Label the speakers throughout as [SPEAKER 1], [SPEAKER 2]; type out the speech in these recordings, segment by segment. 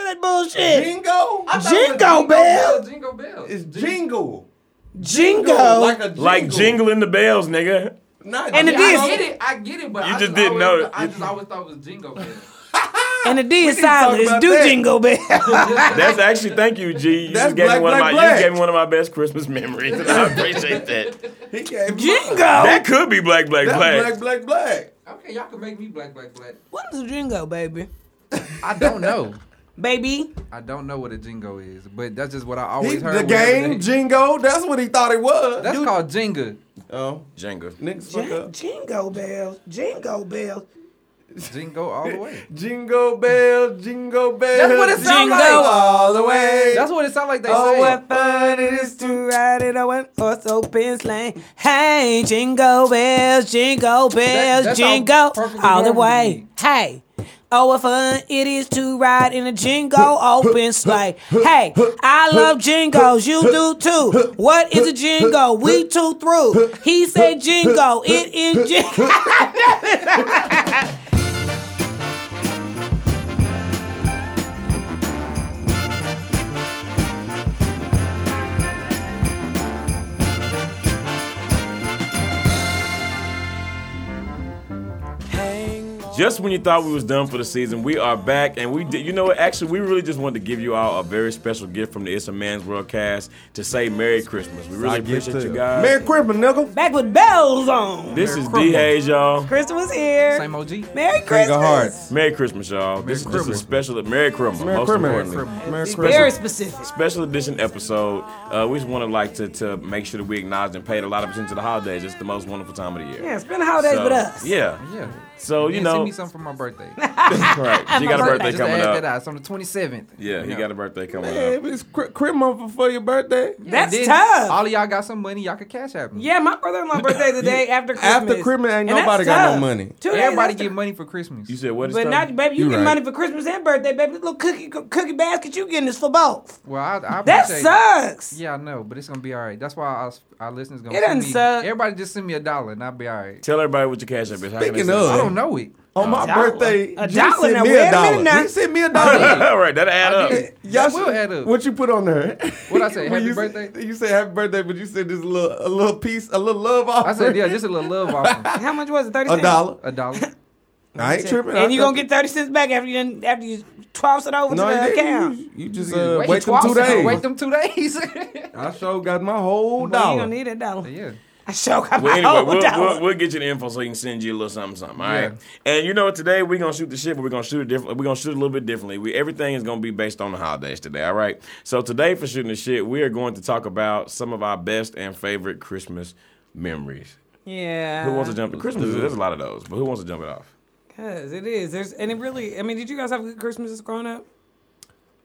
[SPEAKER 1] that bullshit?
[SPEAKER 2] Jingo?
[SPEAKER 3] I thought it was
[SPEAKER 1] Jingle bell.
[SPEAKER 3] Jingle bell.
[SPEAKER 2] It's jingle.
[SPEAKER 1] Jingo.
[SPEAKER 2] Like a jingle.
[SPEAKER 4] Like jingling the bells, nigga.
[SPEAKER 2] Not
[SPEAKER 1] And it
[SPEAKER 3] Yeah,
[SPEAKER 1] is.
[SPEAKER 3] I get it. I get it, but
[SPEAKER 4] You
[SPEAKER 3] I
[SPEAKER 4] just
[SPEAKER 3] always,
[SPEAKER 4] didn't know it.
[SPEAKER 3] I just always thought it was Jingle bell.
[SPEAKER 1] and the D is
[SPEAKER 2] can talk
[SPEAKER 1] silent. It's
[SPEAKER 2] about
[SPEAKER 1] do
[SPEAKER 2] that.
[SPEAKER 1] jingle bell.
[SPEAKER 4] That's actually thank you, G. You
[SPEAKER 2] That's
[SPEAKER 4] just gave
[SPEAKER 2] black,
[SPEAKER 4] me one
[SPEAKER 2] black,
[SPEAKER 4] of my you
[SPEAKER 2] black.
[SPEAKER 4] just gave me one of my best Christmas memories. And I appreciate that.
[SPEAKER 2] He gave
[SPEAKER 1] jingo.
[SPEAKER 4] That could be black, black,
[SPEAKER 2] That's
[SPEAKER 4] black.
[SPEAKER 2] black, black, black.
[SPEAKER 3] Okay, y'all can make me black, black, black.
[SPEAKER 1] What is a jingo, baby?
[SPEAKER 3] I don't know.
[SPEAKER 1] Baby,
[SPEAKER 3] I don't know what a jingo is, but that's just what I always
[SPEAKER 2] He,
[SPEAKER 3] heard.
[SPEAKER 2] the
[SPEAKER 3] whenever
[SPEAKER 2] game,
[SPEAKER 3] they-
[SPEAKER 2] Jingo, that's what he thought it was.
[SPEAKER 3] That's called Jenga.
[SPEAKER 2] oh,
[SPEAKER 4] Jenga.
[SPEAKER 2] niggas fuck
[SPEAKER 1] Jing-
[SPEAKER 2] up.
[SPEAKER 1] jingo bells, jingo bells.
[SPEAKER 3] Jingo all the way.
[SPEAKER 2] Jingle bell, jingle bell.
[SPEAKER 3] That's what it sound
[SPEAKER 2] jingle
[SPEAKER 3] like.
[SPEAKER 2] all the way.
[SPEAKER 3] That's what it sounds like they
[SPEAKER 2] Oh,
[SPEAKER 3] say.
[SPEAKER 2] what-
[SPEAKER 1] fun it is to ride in a one horse open sleigh. Hey, jingle bells, jingle bells,
[SPEAKER 3] that's
[SPEAKER 1] jingle
[SPEAKER 3] all
[SPEAKER 1] all,
[SPEAKER 3] perfectly
[SPEAKER 1] the
[SPEAKER 3] normal to
[SPEAKER 1] way.
[SPEAKER 3] me.
[SPEAKER 1] Hey. Oh, what fun it is to ride in a jingle open sleigh. Hey, I love jingles. You do too. What is a jingle? We two through. He said jingle. It is jingle.
[SPEAKER 4] Just when you thought we was done for the season, we are back, and we did. You know what? Actually, we really just wanted to give you all a very special gift from the It's a Man's World cast to say Merry Christmas. We really
[SPEAKER 2] I get
[SPEAKER 4] appreciate
[SPEAKER 2] to.
[SPEAKER 4] you guys.
[SPEAKER 2] Merry Christmas, nigga.
[SPEAKER 1] Back with bells on.
[SPEAKER 4] this is
[SPEAKER 3] Merry
[SPEAKER 4] D Hayes, y'all.
[SPEAKER 1] Christmas here.
[SPEAKER 3] Same OG.
[SPEAKER 1] Merry
[SPEAKER 2] Finger heart.
[SPEAKER 1] Christmas.
[SPEAKER 4] Merry Christmas, y'all. This
[SPEAKER 3] Merry
[SPEAKER 4] is just
[SPEAKER 3] Christmas.
[SPEAKER 4] a special Merry Christmas.
[SPEAKER 2] Merry
[SPEAKER 4] most
[SPEAKER 2] Christmas.
[SPEAKER 4] importantly.
[SPEAKER 2] Merry Christmas.
[SPEAKER 1] Very specific.
[SPEAKER 4] Special edition episode. Uh, we just want to like to, to make sure that we acknowledge and paid a lot of attention to the holidays. It's the most wonderful time of the year.
[SPEAKER 1] Yeah, spend the holidays
[SPEAKER 4] So,
[SPEAKER 1] with us.
[SPEAKER 4] Yeah.
[SPEAKER 3] Yeah.
[SPEAKER 4] So Oh, you
[SPEAKER 3] Man,
[SPEAKER 4] know,
[SPEAKER 3] send me something for my birthday.
[SPEAKER 4] right? You got a birthday
[SPEAKER 3] Just to
[SPEAKER 4] coming
[SPEAKER 3] add that
[SPEAKER 4] up.
[SPEAKER 3] out. It's on the 27th.
[SPEAKER 4] Yeah, he got a birthday coming
[SPEAKER 2] Hey,
[SPEAKER 4] up.
[SPEAKER 2] if it's cri- Christmas for- for your birthday.
[SPEAKER 1] That's
[SPEAKER 3] And then
[SPEAKER 1] tough.
[SPEAKER 3] All of y'all got some money. Y'all can cash out. me.
[SPEAKER 1] Yeah, my brother in law birthday the day after Christmas.
[SPEAKER 2] After Christmas, ain't
[SPEAKER 1] And that's
[SPEAKER 2] nobody got no
[SPEAKER 1] tough.
[SPEAKER 2] money.
[SPEAKER 1] Two days
[SPEAKER 3] Everybody
[SPEAKER 1] after-
[SPEAKER 3] get money for Christmas.
[SPEAKER 4] You said what? is
[SPEAKER 1] But
[SPEAKER 4] that?
[SPEAKER 1] not, baby, you,
[SPEAKER 2] You
[SPEAKER 1] get
[SPEAKER 2] right.
[SPEAKER 1] money for Christmas and birthday, baby. This little cookie coo- cookie basket you getting is for both.
[SPEAKER 3] Well, I, I
[SPEAKER 1] That
[SPEAKER 3] appreciate it.
[SPEAKER 1] sucks.
[SPEAKER 3] Yeah, I know, but it's gonna be all right. That's why our, our listeners gonna.
[SPEAKER 1] It
[SPEAKER 3] send
[SPEAKER 1] doesn't
[SPEAKER 3] me,
[SPEAKER 1] suck.
[SPEAKER 3] Everybody just send me a dollar and I'll be all right.
[SPEAKER 4] Tell everybody what your cash app is. How can they
[SPEAKER 2] Speaking
[SPEAKER 4] send
[SPEAKER 2] of-
[SPEAKER 3] I
[SPEAKER 4] it?
[SPEAKER 3] don't know it.
[SPEAKER 2] On Oh, my
[SPEAKER 1] dollar.
[SPEAKER 2] birthday,
[SPEAKER 1] A
[SPEAKER 2] G
[SPEAKER 1] dollar
[SPEAKER 2] sent
[SPEAKER 1] now.
[SPEAKER 2] me
[SPEAKER 1] Wait
[SPEAKER 2] a
[SPEAKER 1] a minute
[SPEAKER 2] dollar.
[SPEAKER 1] now.
[SPEAKER 2] He sent me a dollar.
[SPEAKER 4] all right, that add up.
[SPEAKER 3] did.
[SPEAKER 2] Y'all
[SPEAKER 3] That will
[SPEAKER 2] should-
[SPEAKER 3] add up.
[SPEAKER 2] What you put on there?
[SPEAKER 3] What I say,
[SPEAKER 2] When
[SPEAKER 3] happy
[SPEAKER 2] you said-
[SPEAKER 3] birthday?
[SPEAKER 2] you said happy birthday, but you said this little, a little piece, a little love offer.
[SPEAKER 3] I said, yeah, just a little love offer,
[SPEAKER 1] How much was it? Thirty
[SPEAKER 2] a
[SPEAKER 1] cents.
[SPEAKER 2] dollar.
[SPEAKER 3] a dollar.
[SPEAKER 2] I ain't tripping.
[SPEAKER 1] And
[SPEAKER 2] I
[SPEAKER 1] you gonna get
[SPEAKER 2] thought-
[SPEAKER 1] thirty cents back after you done, after you toss it over
[SPEAKER 2] no,
[SPEAKER 1] to the
[SPEAKER 2] you, didn't.
[SPEAKER 1] account.
[SPEAKER 2] you, you just uh, wait,
[SPEAKER 3] you
[SPEAKER 2] them two
[SPEAKER 3] 12
[SPEAKER 2] days.
[SPEAKER 3] Wait them two days.
[SPEAKER 2] I sure got my whole
[SPEAKER 1] Well, you
[SPEAKER 2] dollar.
[SPEAKER 1] don't need a dollar.
[SPEAKER 3] yeah.
[SPEAKER 1] I sure got
[SPEAKER 4] Well,
[SPEAKER 1] my
[SPEAKER 4] anyway,
[SPEAKER 1] whole
[SPEAKER 4] we'll,
[SPEAKER 1] dollar.
[SPEAKER 4] we'll, we'll get you the info so you can send you a little something, something. All right. And you know what? Today we're gonna shoot the shit, but we're gonna shoot it different. We're gonna shoot it a little bit differently. We everything is gonna be based on the holidays today. All right. So today for shooting the shit, we are going to talk about some of our best and favorite Christmas memories.
[SPEAKER 1] yeah.
[SPEAKER 4] Who wants to jump? Christmas. There's a lot of those, but who wants to jump it off?
[SPEAKER 1] Cause it is. There's and it really. I mean, did you guys have a good Christmas growing up?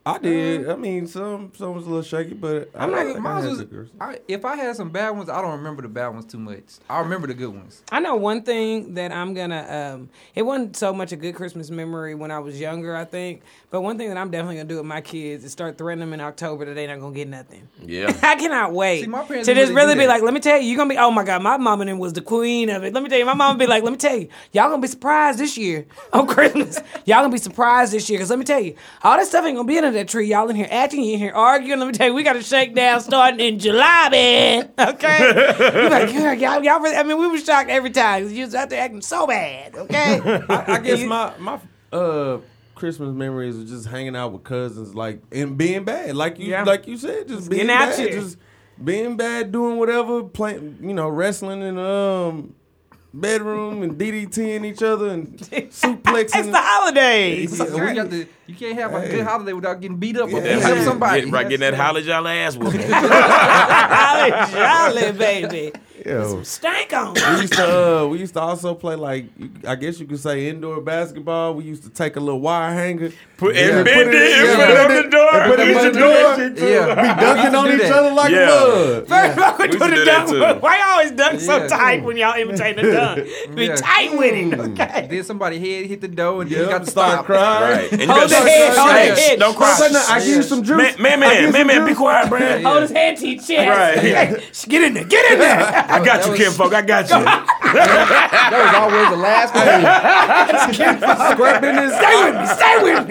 [SPEAKER 2] I did. I mean, some some was a little shaky, but I'm
[SPEAKER 3] Like,
[SPEAKER 2] I, think I
[SPEAKER 3] mine
[SPEAKER 2] had
[SPEAKER 3] was-
[SPEAKER 2] good girls.
[SPEAKER 3] I- if I had some bad ones, I don't remember the bad ones too much. I remember the good ones.
[SPEAKER 1] I know one thing that I'm gonna. Um, it wasn't so much a good Christmas memory when I was younger, I think. But one thing that I'm definitely gonna do with my kids is start threatening them in October that they're not gonna get nothing.
[SPEAKER 4] Yeah.
[SPEAKER 1] I cannot wait
[SPEAKER 3] See, my
[SPEAKER 1] to
[SPEAKER 3] parents
[SPEAKER 1] just
[SPEAKER 3] didn't
[SPEAKER 1] really,
[SPEAKER 3] really do
[SPEAKER 1] be
[SPEAKER 3] that.
[SPEAKER 1] like, let me tell you, you're gonna be, oh my God, my mama then was the queen of it. Let me tell you, my mama be like, let me tell you, y'all gonna be surprised this year on Christmas. y'all gonna be surprised this year, because let me tell you, all that stuff ain't gonna be under that tree. Y'all in here acting, you in here arguing. Let me tell you, we got a shakedown starting in July, man. Okay? you like, yeah, y'all, y'all really, I mean, we were shocked every time. You was out there acting so bad, okay?
[SPEAKER 2] I, I guess my my uh Christmas memories are just hanging out with cousins, like and being bad, like you
[SPEAKER 1] Yeah.
[SPEAKER 2] like you said, just being
[SPEAKER 1] getting out
[SPEAKER 2] bad,
[SPEAKER 1] here.
[SPEAKER 2] just being bad, doing whatever, playing, you know, wrestling in um bedroom and DDTing each other and
[SPEAKER 1] it's
[SPEAKER 2] suplexing.
[SPEAKER 1] the holidays.
[SPEAKER 2] Yeah,
[SPEAKER 3] We got to, you can't have a good holiday without getting beat up or beating
[SPEAKER 2] Yeah.
[SPEAKER 3] up somebody.
[SPEAKER 4] Get, right, getting that holler y'all ass whooping.
[SPEAKER 1] Holly jolly, baby.
[SPEAKER 2] Yeah.
[SPEAKER 1] Stank on.
[SPEAKER 2] We used to uh, we used to also play like I guess you could say indoor basketball. We used to take a little wire hanger,
[SPEAKER 4] Put,
[SPEAKER 2] Yeah,
[SPEAKER 4] and bend
[SPEAKER 2] put
[SPEAKER 4] it,
[SPEAKER 2] it- yeah,
[SPEAKER 4] in front
[SPEAKER 2] put
[SPEAKER 4] of
[SPEAKER 2] it-
[SPEAKER 4] the door.
[SPEAKER 2] and put it
[SPEAKER 4] We
[SPEAKER 2] in
[SPEAKER 4] used to
[SPEAKER 2] front of
[SPEAKER 4] do
[SPEAKER 2] the
[SPEAKER 4] that shit, too.
[SPEAKER 3] Yeah.
[SPEAKER 2] dunking
[SPEAKER 3] do
[SPEAKER 2] on each
[SPEAKER 3] that.
[SPEAKER 2] other like
[SPEAKER 4] Yeah.
[SPEAKER 2] mud.
[SPEAKER 1] First of all, we do
[SPEAKER 4] We used to
[SPEAKER 1] the
[SPEAKER 4] do that
[SPEAKER 1] dunk.
[SPEAKER 4] too.
[SPEAKER 1] Why you always dunk so
[SPEAKER 3] Yeah,
[SPEAKER 1] tight when y'all imitate the dunk? Be
[SPEAKER 3] Yeah.
[SPEAKER 1] tight with it, okay?
[SPEAKER 3] Then somebody head hit the door and then
[SPEAKER 2] Yeah,
[SPEAKER 3] you got to
[SPEAKER 2] start
[SPEAKER 3] stop.
[SPEAKER 2] crying.
[SPEAKER 4] Right. And you
[SPEAKER 1] Hold
[SPEAKER 4] gotta
[SPEAKER 1] the
[SPEAKER 4] shut-
[SPEAKER 1] head,
[SPEAKER 4] shut-
[SPEAKER 1] hold the
[SPEAKER 4] shut-
[SPEAKER 1] head.
[SPEAKER 4] Don't
[SPEAKER 2] Son,
[SPEAKER 4] cry.
[SPEAKER 2] I give you some juice.
[SPEAKER 4] Man, man, man, man, man, be quiet, Brad.
[SPEAKER 3] Yeah.
[SPEAKER 1] Hold his hand to your chest.
[SPEAKER 4] Right.
[SPEAKER 1] Okay. Get in there. Get in there.
[SPEAKER 4] I got
[SPEAKER 3] That
[SPEAKER 4] you,
[SPEAKER 3] was-
[SPEAKER 4] Kim Folk. I got you.
[SPEAKER 3] That was always the last one.
[SPEAKER 2] Scrapping his
[SPEAKER 1] Stay with me. Stay with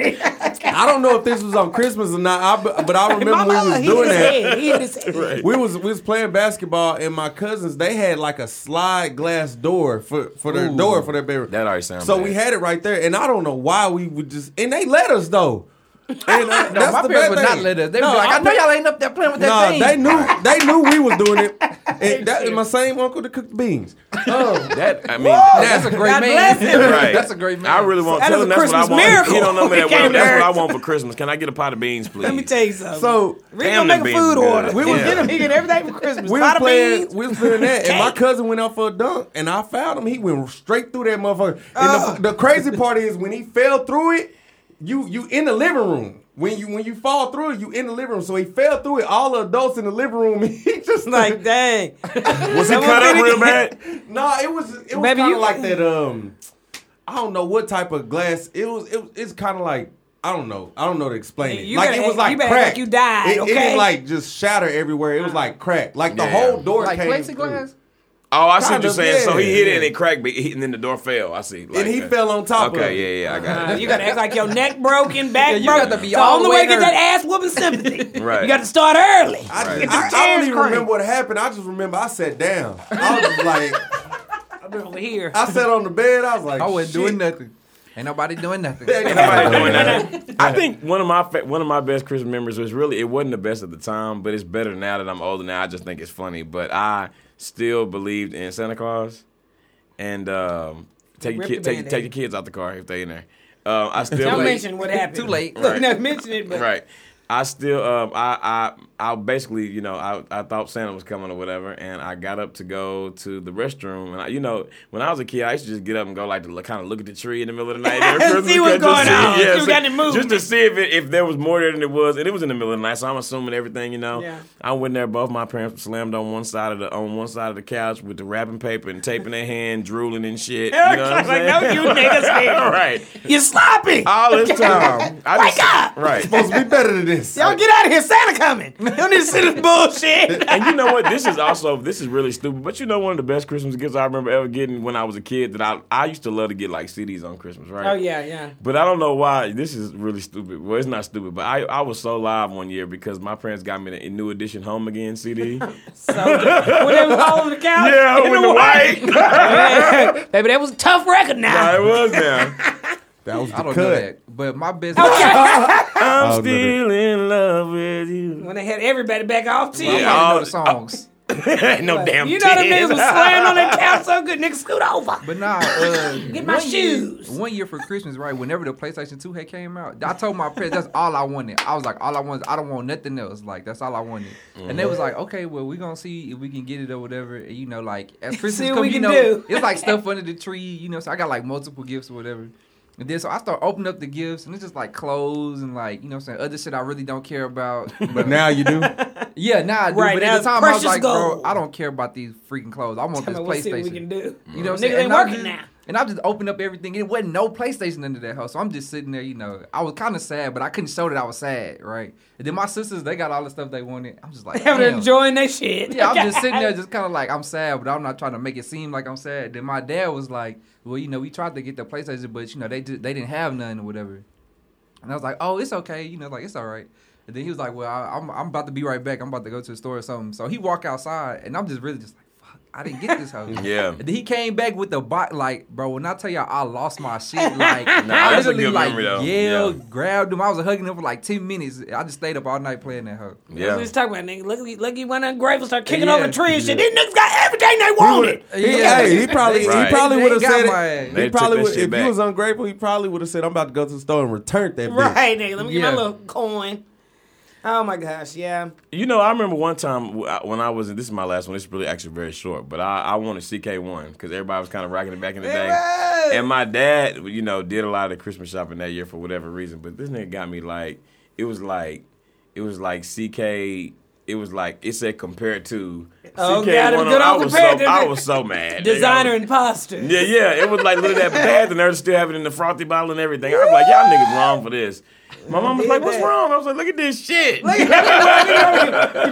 [SPEAKER 1] me.
[SPEAKER 2] I don't know if this was on Christmas or not, I, but I
[SPEAKER 1] My
[SPEAKER 2] remember we
[SPEAKER 1] mama,
[SPEAKER 2] was
[SPEAKER 1] he hit
[SPEAKER 2] doing
[SPEAKER 1] his
[SPEAKER 2] that.
[SPEAKER 1] head. He hit his head.
[SPEAKER 4] Right.
[SPEAKER 2] We was we was playing basketball and my cousins they had like a slide glass door for for their door for their bedroom.
[SPEAKER 4] That already sounds
[SPEAKER 2] So
[SPEAKER 4] bad.
[SPEAKER 2] we had it right there, and I don't know why we would just and they let us though. And uh,
[SPEAKER 3] No,
[SPEAKER 2] that's
[SPEAKER 3] my
[SPEAKER 2] the
[SPEAKER 3] parents
[SPEAKER 2] bad
[SPEAKER 3] would
[SPEAKER 2] thing.
[SPEAKER 3] not let us. They
[SPEAKER 2] No,
[SPEAKER 3] would be like, I
[SPEAKER 2] I'm
[SPEAKER 3] know
[SPEAKER 2] not-
[SPEAKER 3] y'all ain't up there playing with that
[SPEAKER 2] Nah,
[SPEAKER 3] thing.
[SPEAKER 2] they knew they knew we was doing it. And that is my same uncle that cooked the beans.
[SPEAKER 4] That I mean,
[SPEAKER 3] Oh, That's a great
[SPEAKER 1] God
[SPEAKER 3] man.
[SPEAKER 1] bless him.
[SPEAKER 4] right.
[SPEAKER 3] That's a great man.
[SPEAKER 4] I really want.
[SPEAKER 1] That
[SPEAKER 4] tell
[SPEAKER 1] is a
[SPEAKER 4] them that's what I
[SPEAKER 1] Christmas
[SPEAKER 4] want.
[SPEAKER 1] miracle.
[SPEAKER 4] You don't know me that
[SPEAKER 1] We
[SPEAKER 4] well.
[SPEAKER 1] came
[SPEAKER 4] That's what I
[SPEAKER 1] back.
[SPEAKER 4] want for Christmas. Can I get a pot of beans, please?
[SPEAKER 1] Let me tell you something.
[SPEAKER 2] So
[SPEAKER 1] Rick gonna
[SPEAKER 4] Damn,
[SPEAKER 1] make
[SPEAKER 4] them
[SPEAKER 1] a
[SPEAKER 4] beans
[SPEAKER 1] food
[SPEAKER 4] good.
[SPEAKER 1] order.
[SPEAKER 4] We
[SPEAKER 1] We
[SPEAKER 4] was-
[SPEAKER 1] was get him. He get everything for Christmas.
[SPEAKER 2] we was
[SPEAKER 1] Pot of
[SPEAKER 2] playing
[SPEAKER 1] beans.
[SPEAKER 2] we was playing that, and my
[SPEAKER 1] Cake.
[SPEAKER 2] cousin went out for a dunk, and I fouled him. He went straight through that motherfucker.
[SPEAKER 1] Oh.
[SPEAKER 2] And the, the crazy part is when he fell through it, you you in the living room. When you when you fall through it, you in the living room. So he fell through it. All the adults in the living room. He just
[SPEAKER 1] Like dang.
[SPEAKER 4] Was it cut up real bad?
[SPEAKER 2] Nah, it was it was
[SPEAKER 1] Baby,
[SPEAKER 2] kind
[SPEAKER 1] you-
[SPEAKER 2] of like that. Um, I don't know what type of glass. It was. It, was- it's kind of like I don't know. I don't know to explain it.
[SPEAKER 1] You
[SPEAKER 2] like
[SPEAKER 1] better
[SPEAKER 2] it was
[SPEAKER 1] act-
[SPEAKER 2] like
[SPEAKER 1] you better
[SPEAKER 2] crack.
[SPEAKER 1] act you died,
[SPEAKER 2] It, it
[SPEAKER 1] okay?
[SPEAKER 2] didn't like just shatter everywhere. It was like crack. Like the
[SPEAKER 4] Yeah.
[SPEAKER 2] whole door
[SPEAKER 3] like
[SPEAKER 2] came
[SPEAKER 3] plexiglass.
[SPEAKER 2] through.
[SPEAKER 4] Oh, I see what
[SPEAKER 2] Kind
[SPEAKER 4] you're
[SPEAKER 2] of,
[SPEAKER 4] saying. So he
[SPEAKER 2] yeah,
[SPEAKER 4] hit it and
[SPEAKER 2] yeah.
[SPEAKER 4] it cracked, but he, and then the door fell. I see. Like,
[SPEAKER 2] he
[SPEAKER 4] uh,
[SPEAKER 2] fell on top of
[SPEAKER 4] Okay,
[SPEAKER 2] it.
[SPEAKER 4] yeah, yeah, I got it.
[SPEAKER 1] You gotta act like your neck broken, back
[SPEAKER 3] Yeah, you
[SPEAKER 1] broken.
[SPEAKER 3] gotta be
[SPEAKER 1] so
[SPEAKER 3] all
[SPEAKER 1] only
[SPEAKER 3] the
[SPEAKER 1] way
[SPEAKER 3] way
[SPEAKER 1] to get
[SPEAKER 3] hurt.
[SPEAKER 1] that ass whooping sympathy.
[SPEAKER 4] Right.
[SPEAKER 1] You gotta start early.
[SPEAKER 2] I,
[SPEAKER 4] Right.
[SPEAKER 2] I-
[SPEAKER 1] Chairs
[SPEAKER 2] I don't even
[SPEAKER 1] cracked.
[SPEAKER 2] remember what happened. I just remember I sat down. I was just like,
[SPEAKER 1] Over here.
[SPEAKER 2] I sat on the bed. I was like,
[SPEAKER 3] I wasn't
[SPEAKER 2] Shit.
[SPEAKER 3] doing nothing. Ain't nobody doing nothing.
[SPEAKER 2] Ain't
[SPEAKER 4] Nobody doing that. I think one of my fa- one of my best Christmas memories was really it wasn't the best at the time, but it's better now that I'm older. Now I just think it's funny, but I still believed in Santa Claus, and um, take your
[SPEAKER 1] Rip
[SPEAKER 4] kid,
[SPEAKER 1] the
[SPEAKER 4] take your-
[SPEAKER 1] Band-Aid.
[SPEAKER 4] take your kids out the car if they in there. Um, I still
[SPEAKER 1] Don't
[SPEAKER 4] believe-
[SPEAKER 1] mention what happened.
[SPEAKER 3] Too late.
[SPEAKER 1] Look,
[SPEAKER 4] Right.
[SPEAKER 1] not mention it, but
[SPEAKER 4] right. I still, um, I, I, I basically, you know, I, I thought Santa was coming or whatever, and I got up to go to the restroom, and I, you know, when I was a kid, I used to just get up and go like to kind of look at the tree in the middle of the night, every Christmas,
[SPEAKER 1] See what's
[SPEAKER 4] just
[SPEAKER 1] going
[SPEAKER 4] to
[SPEAKER 1] on, see what
[SPEAKER 4] so-
[SPEAKER 1] got in the mood.
[SPEAKER 4] just to see if it, if there was more there than it was, and it was in the middle of the night, so I'm assuming everything, you know.
[SPEAKER 1] Yeah.
[SPEAKER 4] I went there, both my parents slammed on one side of the on one side of the couch with the wrapping paper and tape in their hand, drooling and shit. You know what
[SPEAKER 1] Like,
[SPEAKER 4] I'm saying?
[SPEAKER 1] no, you niggas did.
[SPEAKER 4] All right,
[SPEAKER 1] you're sloppy.
[SPEAKER 4] all this time, I
[SPEAKER 1] Wake
[SPEAKER 4] just,
[SPEAKER 1] up!
[SPEAKER 4] right.
[SPEAKER 2] Supposed to be better than this.
[SPEAKER 1] Y'all get out of here. Santa coming. You don't need to see this bullshit.
[SPEAKER 4] and you know what? This is also this is really stupid. But you know, one of the best Christmas gifts I remember ever getting when I was a kid that I I used to love to get like CDs on Christmas, right?
[SPEAKER 1] Oh yeah, yeah.
[SPEAKER 4] But I don't know why this is really stupid. Well, it's not stupid, but I, I was so live one year because my parents got me the new edition Home Again CD.
[SPEAKER 1] So when they was all on the couch,
[SPEAKER 4] yeah,
[SPEAKER 1] in
[SPEAKER 4] with the white.
[SPEAKER 1] white. baby, that was a tough record. Now
[SPEAKER 4] I was now.
[SPEAKER 2] That was the
[SPEAKER 3] I don't
[SPEAKER 2] cut.
[SPEAKER 3] know that. But my best
[SPEAKER 4] I'm
[SPEAKER 2] Oh, no, no.
[SPEAKER 4] still in love with you.
[SPEAKER 1] when they had everybody back off to you.
[SPEAKER 3] I
[SPEAKER 4] Yeah.
[SPEAKER 3] don't know
[SPEAKER 4] I'll-
[SPEAKER 3] the songs.
[SPEAKER 4] no damn.
[SPEAKER 1] You know them niggas
[SPEAKER 4] tears.
[SPEAKER 1] was slaying on that couch so good. Niggas scoot over.
[SPEAKER 3] But nah, uh,
[SPEAKER 1] Get my
[SPEAKER 3] one year-
[SPEAKER 1] shoes.
[SPEAKER 3] one year for Christmas, right? Whenever the PlayStation 2 had came out, I told my parents that's all I wanted. I was like, all I want is I don't want nothing else. Like that's all I wanted. And they was like, okay, well we're gonna see if we can get it or whatever. And, you know, like as Christmas
[SPEAKER 1] See what
[SPEAKER 3] come,
[SPEAKER 1] we
[SPEAKER 3] you
[SPEAKER 1] can
[SPEAKER 3] know,
[SPEAKER 1] do.
[SPEAKER 3] it's like stuff under the tree. You know, so I got like multiple gifts or whatever. And then so I start opening up the gifts and it's just like clothes and like you know what I'm saying other shit I really don't care about.
[SPEAKER 2] But now you do.
[SPEAKER 3] yeah, now I do.
[SPEAKER 1] Right,
[SPEAKER 3] but
[SPEAKER 1] now
[SPEAKER 3] at
[SPEAKER 1] it's
[SPEAKER 3] the time I was
[SPEAKER 1] precious
[SPEAKER 3] like,
[SPEAKER 1] gold.
[SPEAKER 3] bro, I don't care about these freaking clothes. I want
[SPEAKER 1] Tell me
[SPEAKER 3] this PlayStation.
[SPEAKER 1] what see what we can do.
[SPEAKER 3] You know what I'm
[SPEAKER 1] Niggas
[SPEAKER 3] saying?
[SPEAKER 1] ain't
[SPEAKER 3] I
[SPEAKER 1] working
[SPEAKER 3] just-
[SPEAKER 1] now.
[SPEAKER 3] And I just opened up everything. It wasn't no PlayStation under that house. So I'm just sitting there, you know. I was kind of sad, but I couldn't show that I was sad, right? And then my sisters, they got all the stuff they wanted. I'm just like,
[SPEAKER 1] They were
[SPEAKER 3] damn.
[SPEAKER 1] enjoying that shit.
[SPEAKER 3] Yeah, I'm just sitting there, just kind of like, I'm sad, but I'm not trying to make it seem like I'm sad. Then my dad was like, well, you know, we tried to get the PlayStation, but, you know, they, did, they didn't have none or whatever. And I was like, oh, it's okay. You know, like, it's all right. And then he was like, well, I, I'm, I'm about to be right back. I'm about to go to the store or something. So he walked outside, and I'm just really just like, fuck, I didn't get this hoe.
[SPEAKER 4] Yeah.
[SPEAKER 3] And then he came back with the bot, like, bro, when I tell y'all I lost my shit, like, I
[SPEAKER 4] that's a
[SPEAKER 3] literally,
[SPEAKER 4] good
[SPEAKER 3] like,
[SPEAKER 4] memory, though.
[SPEAKER 3] yelled,
[SPEAKER 4] Yeah.
[SPEAKER 3] grabbed him. I was hugging him for like 10 minutes. I just stayed up all night playing that hoe.
[SPEAKER 1] We
[SPEAKER 4] Yeah.
[SPEAKER 1] was talking about nigga. Look, look, you went ungrateful, start kicking
[SPEAKER 3] Uh, Yeah,
[SPEAKER 1] over the tree and shit. These niggas got everything they wanted.
[SPEAKER 2] He,
[SPEAKER 3] Yeah.
[SPEAKER 2] hey, he probably
[SPEAKER 4] Right.
[SPEAKER 2] he probably
[SPEAKER 3] They
[SPEAKER 2] would have
[SPEAKER 3] got
[SPEAKER 2] said
[SPEAKER 3] my
[SPEAKER 2] it.
[SPEAKER 3] ass.
[SPEAKER 4] They
[SPEAKER 2] He
[SPEAKER 4] took
[SPEAKER 2] probably
[SPEAKER 4] that
[SPEAKER 2] would,
[SPEAKER 4] shit
[SPEAKER 2] if
[SPEAKER 4] back.
[SPEAKER 2] he was ungrateful, he probably would have said, "I'm about to go to the store and return that bitch."
[SPEAKER 1] Right, nigga. Let me get
[SPEAKER 3] Yeah.
[SPEAKER 1] my little coin. Oh my gosh, yeah.
[SPEAKER 4] You know, I remember one time w- I- when I was in. This is my last one. It's really actually very short, but I, I wanted CK1 because everybody was kind of rocking it back in the day. And my dad, you know, did a lot of Christmas shopping that year for whatever reason. But this nigga got me like it was like it was like CK. It was like it said compared to
[SPEAKER 1] Oh,
[SPEAKER 4] CK1.
[SPEAKER 1] God, them good
[SPEAKER 4] I
[SPEAKER 1] old
[SPEAKER 4] was so
[SPEAKER 1] compared to
[SPEAKER 4] I
[SPEAKER 1] the-
[SPEAKER 4] was so mad. nigga. I
[SPEAKER 1] Designer
[SPEAKER 4] was-
[SPEAKER 1] imposter.
[SPEAKER 4] yeah, yeah. It was like look at that bath, and they're still having it in the frothy bottle and everything. I'm like, y'all niggas wrong for this. My mom was like, "What's wrong?" I was like, "Look at this shit."
[SPEAKER 1] you try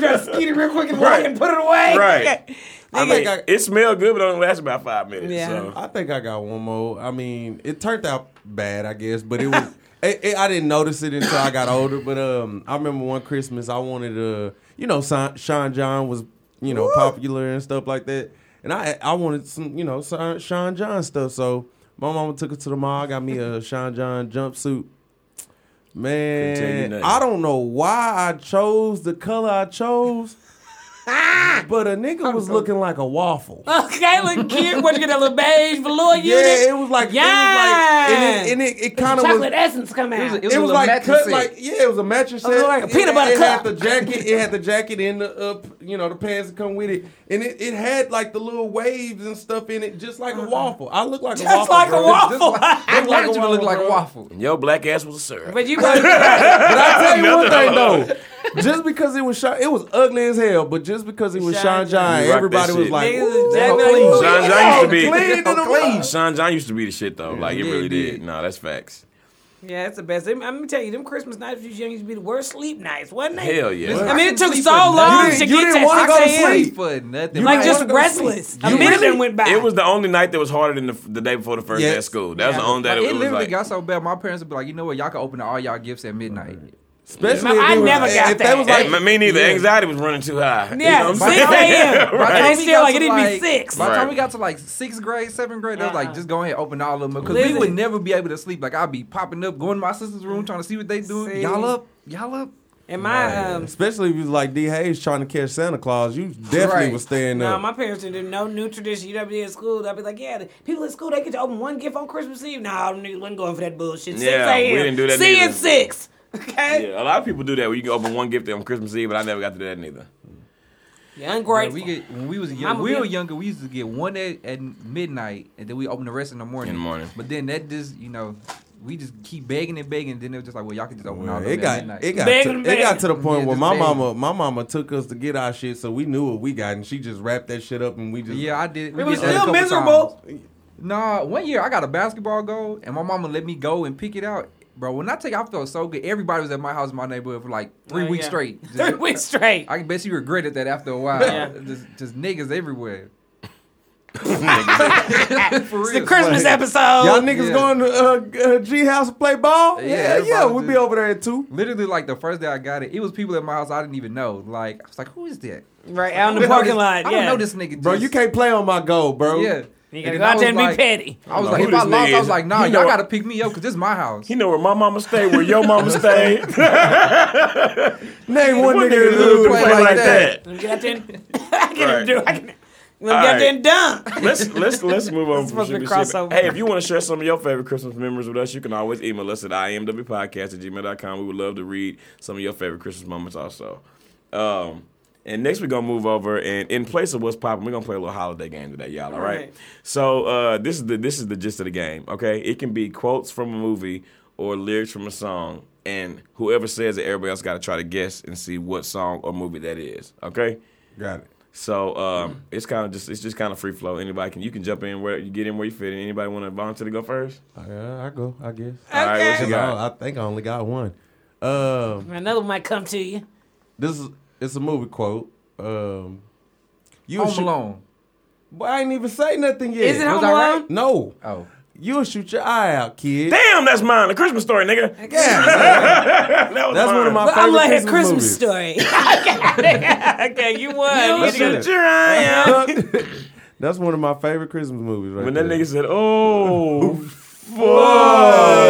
[SPEAKER 1] to skeet it real quick and right.
[SPEAKER 4] Right.
[SPEAKER 1] and put it away.
[SPEAKER 4] Right. I mean,
[SPEAKER 2] think I-
[SPEAKER 4] it smelled good, but it only lasted about five minutes.
[SPEAKER 1] Yeah.
[SPEAKER 4] So.
[SPEAKER 2] I think I got one more. I mean, it turned out bad, I guess, but it was It, it, I didn't notice it until I got older, but um, I remember one Christmas I wanted uh, you know, Sean, Sean John was, you know, popular and stuff like that, and I I wanted some, you know, Sean, Sean John stuff. So my mama took it to the mall, got me a Sean John jumpsuit.
[SPEAKER 4] tell you nothing.
[SPEAKER 2] Man, I don't know why I chose the color I chose, but a nigga was looking like a waffle.
[SPEAKER 1] Okay, look cute. Where'd you get that little beige velour unit?
[SPEAKER 2] Yeah, it was like
[SPEAKER 1] yeah.
[SPEAKER 2] it was like, and it, and it, it kind of
[SPEAKER 1] chocolate
[SPEAKER 2] was
[SPEAKER 1] essence come out.
[SPEAKER 2] it,
[SPEAKER 3] It was a
[SPEAKER 2] was
[SPEAKER 3] little
[SPEAKER 2] like
[SPEAKER 3] mattress
[SPEAKER 2] cut,
[SPEAKER 3] set.
[SPEAKER 2] like yeah, it was a mattress set.
[SPEAKER 1] like a
[SPEAKER 2] It-
[SPEAKER 1] peanut butter
[SPEAKER 2] It
[SPEAKER 1] cup.
[SPEAKER 2] had the jacket. It had the jacket and the up, you know, the pants that come with it, and it, it had like the little waves and stuff in it, just like a waffle. I look like a
[SPEAKER 1] Uh-huh. Just
[SPEAKER 2] waffle.
[SPEAKER 1] like a
[SPEAKER 2] bro.
[SPEAKER 1] waffle.
[SPEAKER 2] Just
[SPEAKER 3] Why did you look
[SPEAKER 2] waffle,
[SPEAKER 3] like a
[SPEAKER 2] bro.
[SPEAKER 3] waffle?
[SPEAKER 4] Your black ass was a syrup.
[SPEAKER 1] but you probably
[SPEAKER 2] But I tell you one thing though, just because it was Sean, it was ugly as hell. But just because it was
[SPEAKER 1] Sean
[SPEAKER 2] Sean John,
[SPEAKER 4] You rocked
[SPEAKER 2] everybody
[SPEAKER 4] that
[SPEAKER 2] was
[SPEAKER 4] shit.
[SPEAKER 2] like,
[SPEAKER 1] Niggas is
[SPEAKER 2] "Ooh,
[SPEAKER 1] jacked up.
[SPEAKER 2] so clean."
[SPEAKER 4] Sean John used to be.
[SPEAKER 2] So clean in the world.
[SPEAKER 4] Sean John used to be the shit though. Like it
[SPEAKER 3] Yeah,
[SPEAKER 4] really
[SPEAKER 3] it
[SPEAKER 4] did.
[SPEAKER 3] did.
[SPEAKER 4] No, that's facts.
[SPEAKER 1] Yeah, that's the best. I'm, I'm gonna tell you, them Christmas nights when you was young used to be the worst sleep nights, wasn't it?
[SPEAKER 4] Hell yeah.
[SPEAKER 1] I mean, it took
[SPEAKER 3] Sleep
[SPEAKER 1] so
[SPEAKER 3] for nothing.
[SPEAKER 1] long
[SPEAKER 2] You
[SPEAKER 1] to
[SPEAKER 2] didn't- you
[SPEAKER 1] get
[SPEAKER 2] didn't wanna
[SPEAKER 1] to
[SPEAKER 2] go
[SPEAKER 1] 6
[SPEAKER 2] to
[SPEAKER 1] a.m.
[SPEAKER 2] sleep.
[SPEAKER 3] for nothing.
[SPEAKER 1] Like
[SPEAKER 2] didn't
[SPEAKER 1] just
[SPEAKER 2] wanna go to
[SPEAKER 1] restless.
[SPEAKER 2] sleep.
[SPEAKER 1] A
[SPEAKER 2] You
[SPEAKER 1] minute
[SPEAKER 2] really-
[SPEAKER 1] done went by.
[SPEAKER 4] It was the only night that was harder than the, the day before the first day of
[SPEAKER 2] Yes.
[SPEAKER 4] school. That was the
[SPEAKER 3] Like,
[SPEAKER 4] only day
[SPEAKER 3] it
[SPEAKER 4] that it was
[SPEAKER 3] literally
[SPEAKER 4] like.
[SPEAKER 3] got so bad. My parents would be like, you know what? Y'all can open all y'all gifts at midnight.
[SPEAKER 2] Especially
[SPEAKER 1] Man,
[SPEAKER 2] if
[SPEAKER 1] I
[SPEAKER 2] it was-
[SPEAKER 1] never
[SPEAKER 2] if
[SPEAKER 1] got
[SPEAKER 2] they
[SPEAKER 1] that.
[SPEAKER 2] was
[SPEAKER 4] Yeah,
[SPEAKER 2] like,
[SPEAKER 4] me- me neither. Anxiety was running too high. You know
[SPEAKER 1] yeah,
[SPEAKER 4] what I'm
[SPEAKER 1] six
[SPEAKER 4] saying?
[SPEAKER 1] a.m.
[SPEAKER 3] By the time
[SPEAKER 1] Right.
[SPEAKER 3] we
[SPEAKER 1] They still
[SPEAKER 3] got
[SPEAKER 1] like
[SPEAKER 3] to,
[SPEAKER 1] it didn't be
[SPEAKER 3] like-
[SPEAKER 1] six.
[SPEAKER 3] By the time
[SPEAKER 4] Right.
[SPEAKER 3] we got to like sixth grade, seventh grade, they was
[SPEAKER 1] Uh-uh.
[SPEAKER 3] like, just go ahead and open all of them because we
[SPEAKER 1] Listen.
[SPEAKER 3] would never be able to sleep. Like I'd be popping up, going to my sister's room, trying to see what they doing.
[SPEAKER 1] See?
[SPEAKER 3] Y'all up? Y'all up?
[SPEAKER 1] And my um,
[SPEAKER 2] Especially if you was like D Hayes trying to catch Santa Claus, you definitely
[SPEAKER 3] Right.
[SPEAKER 2] was staying
[SPEAKER 1] No,
[SPEAKER 2] up.
[SPEAKER 1] my parents didn't do no new tradition. You'd be in school. I'd be like, yeah, the people at school they get to open one gift on Christmas Eve. Nah, them niggas wasn't going for that bullshit. Six
[SPEAKER 4] Yeah,
[SPEAKER 1] a.m.
[SPEAKER 4] we didn't do that
[SPEAKER 1] See you
[SPEAKER 4] neither.
[SPEAKER 1] at six. Okay,
[SPEAKER 4] Yeah, a lot of people do that. Where you can open one gift on Christmas Eve, but I never got to do that neither.
[SPEAKER 1] yeah,
[SPEAKER 3] Yeah,
[SPEAKER 1] ungrateful.
[SPEAKER 3] we get when we was young,
[SPEAKER 1] Mama
[SPEAKER 3] we were
[SPEAKER 1] did.
[SPEAKER 3] younger. We used to get one at, at midnight, and then we open the rest in the morning.
[SPEAKER 4] In the morning.
[SPEAKER 3] But then that just you know, we just keep begging and begging. Then they were just like, well, y'all can just open all
[SPEAKER 2] Well,
[SPEAKER 3] of
[SPEAKER 2] it
[SPEAKER 3] them at
[SPEAKER 2] got
[SPEAKER 3] midnight.
[SPEAKER 2] it got
[SPEAKER 1] Big
[SPEAKER 2] to,
[SPEAKER 1] and
[SPEAKER 2] it got
[SPEAKER 1] big.
[SPEAKER 2] to the point
[SPEAKER 3] Yeah,
[SPEAKER 2] where
[SPEAKER 3] just
[SPEAKER 2] my
[SPEAKER 3] big.
[SPEAKER 2] mama my mama took us to get our shit, so we knew what we got, and she just wrapped that shit up, and we just
[SPEAKER 3] yeah, I did. We
[SPEAKER 1] It was
[SPEAKER 3] did that a
[SPEAKER 1] still
[SPEAKER 3] couple
[SPEAKER 1] miserable.
[SPEAKER 3] times. Nah, one year I got a basketball goal, and my mama let me go and pick it out. Bro, when I take, I felt so good. Everybody was at my house, in my neighborhood for like three
[SPEAKER 1] Oh,
[SPEAKER 3] weeks
[SPEAKER 1] yeah.
[SPEAKER 3] straight. Just-
[SPEAKER 1] Three weeks straight.
[SPEAKER 3] I can bet you regretted that after a while.
[SPEAKER 1] Yeah.
[SPEAKER 3] Just, just niggas everywhere. For
[SPEAKER 1] It's the
[SPEAKER 3] real.
[SPEAKER 1] Christmas episode.
[SPEAKER 2] Y'all "Oh, niggas
[SPEAKER 3] Yeah.
[SPEAKER 2] going to uh, uh, G House to play ball?
[SPEAKER 3] Yeah,
[SPEAKER 2] Yeah, yeah,
[SPEAKER 3] everybody
[SPEAKER 2] we'll
[SPEAKER 3] did.
[SPEAKER 2] be over there at two.
[SPEAKER 3] Literally, like the first day I got it, it was people at my house I didn't even know. Like I was like, "Who is that?"
[SPEAKER 1] right out
[SPEAKER 3] I
[SPEAKER 1] in the
[SPEAKER 3] don't know
[SPEAKER 1] parking
[SPEAKER 3] this-
[SPEAKER 1] lot. yeah.
[SPEAKER 3] I don't know this nigga.
[SPEAKER 2] Bro,
[SPEAKER 3] just-
[SPEAKER 2] you can't play on my goal, bro.
[SPEAKER 3] Yeah.
[SPEAKER 1] You gotta
[SPEAKER 3] And then
[SPEAKER 1] go
[SPEAKER 3] I
[SPEAKER 1] out
[SPEAKER 3] was
[SPEAKER 1] there and be
[SPEAKER 3] like-
[SPEAKER 1] petty.
[SPEAKER 3] I was
[SPEAKER 4] know
[SPEAKER 3] like, if
[SPEAKER 4] who
[SPEAKER 3] I
[SPEAKER 4] this
[SPEAKER 3] lost, I
[SPEAKER 4] nigga is.
[SPEAKER 3] was like, nah,
[SPEAKER 4] You
[SPEAKER 3] y'all
[SPEAKER 4] know-
[SPEAKER 3] gotta pick me up because this is my house.
[SPEAKER 4] You know where my mama stayed, where your mama stayed.
[SPEAKER 2] Name one
[SPEAKER 4] One
[SPEAKER 2] nigga
[SPEAKER 4] nigga
[SPEAKER 2] that
[SPEAKER 4] who
[SPEAKER 2] do
[SPEAKER 4] could play like
[SPEAKER 1] Let
[SPEAKER 4] that.
[SPEAKER 1] me get out there. and- I can
[SPEAKER 4] Right.
[SPEAKER 1] do. I can. Let me get
[SPEAKER 4] All
[SPEAKER 1] out there
[SPEAKER 4] right.
[SPEAKER 1] and dunk.
[SPEAKER 4] let's let's let's move on from
[SPEAKER 1] supposed to be
[SPEAKER 4] Super Ship.
[SPEAKER 1] crossover.
[SPEAKER 4] Hey, if you want to share some of your favorite Christmas memories with us, you can always email us at imwpodcast at gmail.com. We would love to read some of your favorite Christmas moments also. Um, and next we're gonna move over and in place of what's popping, we're gonna play a little holiday game today, y'all. All right?
[SPEAKER 1] right.
[SPEAKER 4] So uh, this is the this is the gist of the game. Okay, it can be quotes from a movie or lyrics from a song, and whoever says it, everybody else got to try to guess and see what song or movie that is. Okay.
[SPEAKER 2] Got it.
[SPEAKER 4] So um, it's kind of just it's just kind of free flow. Anybody can you can jump in where you get in where you fit in. Anybody want to volunteer to go first?
[SPEAKER 2] Uh, Yeah, I go, I guess.
[SPEAKER 4] All right, what
[SPEAKER 1] Okay.
[SPEAKER 4] you got?
[SPEAKER 2] I think I only got one. Um,
[SPEAKER 1] Another one might come to you.
[SPEAKER 2] this is it's a movie quote. Um, you
[SPEAKER 3] Home Alone.
[SPEAKER 2] Boy, I ain't even say nothing yet.
[SPEAKER 1] Is it
[SPEAKER 3] Was
[SPEAKER 1] Home
[SPEAKER 3] I right?
[SPEAKER 1] Alone?
[SPEAKER 2] No.
[SPEAKER 3] Oh.
[SPEAKER 2] You'll shoot your eye out, kid.
[SPEAKER 4] Damn, that's mine. The Christmas story, nigga. that was
[SPEAKER 2] That's one of my
[SPEAKER 1] But I'm
[SPEAKER 2] favorite
[SPEAKER 1] like a
[SPEAKER 2] Christmas,
[SPEAKER 1] Christmas
[SPEAKER 2] movies.
[SPEAKER 1] story. okay, okay, you won. You
[SPEAKER 4] Let's
[SPEAKER 1] gotta-
[SPEAKER 4] shoot your eye out.
[SPEAKER 2] That's one of my favorite Christmas movies, right?
[SPEAKER 4] When that
[SPEAKER 2] there.
[SPEAKER 4] nigga said, "Oh,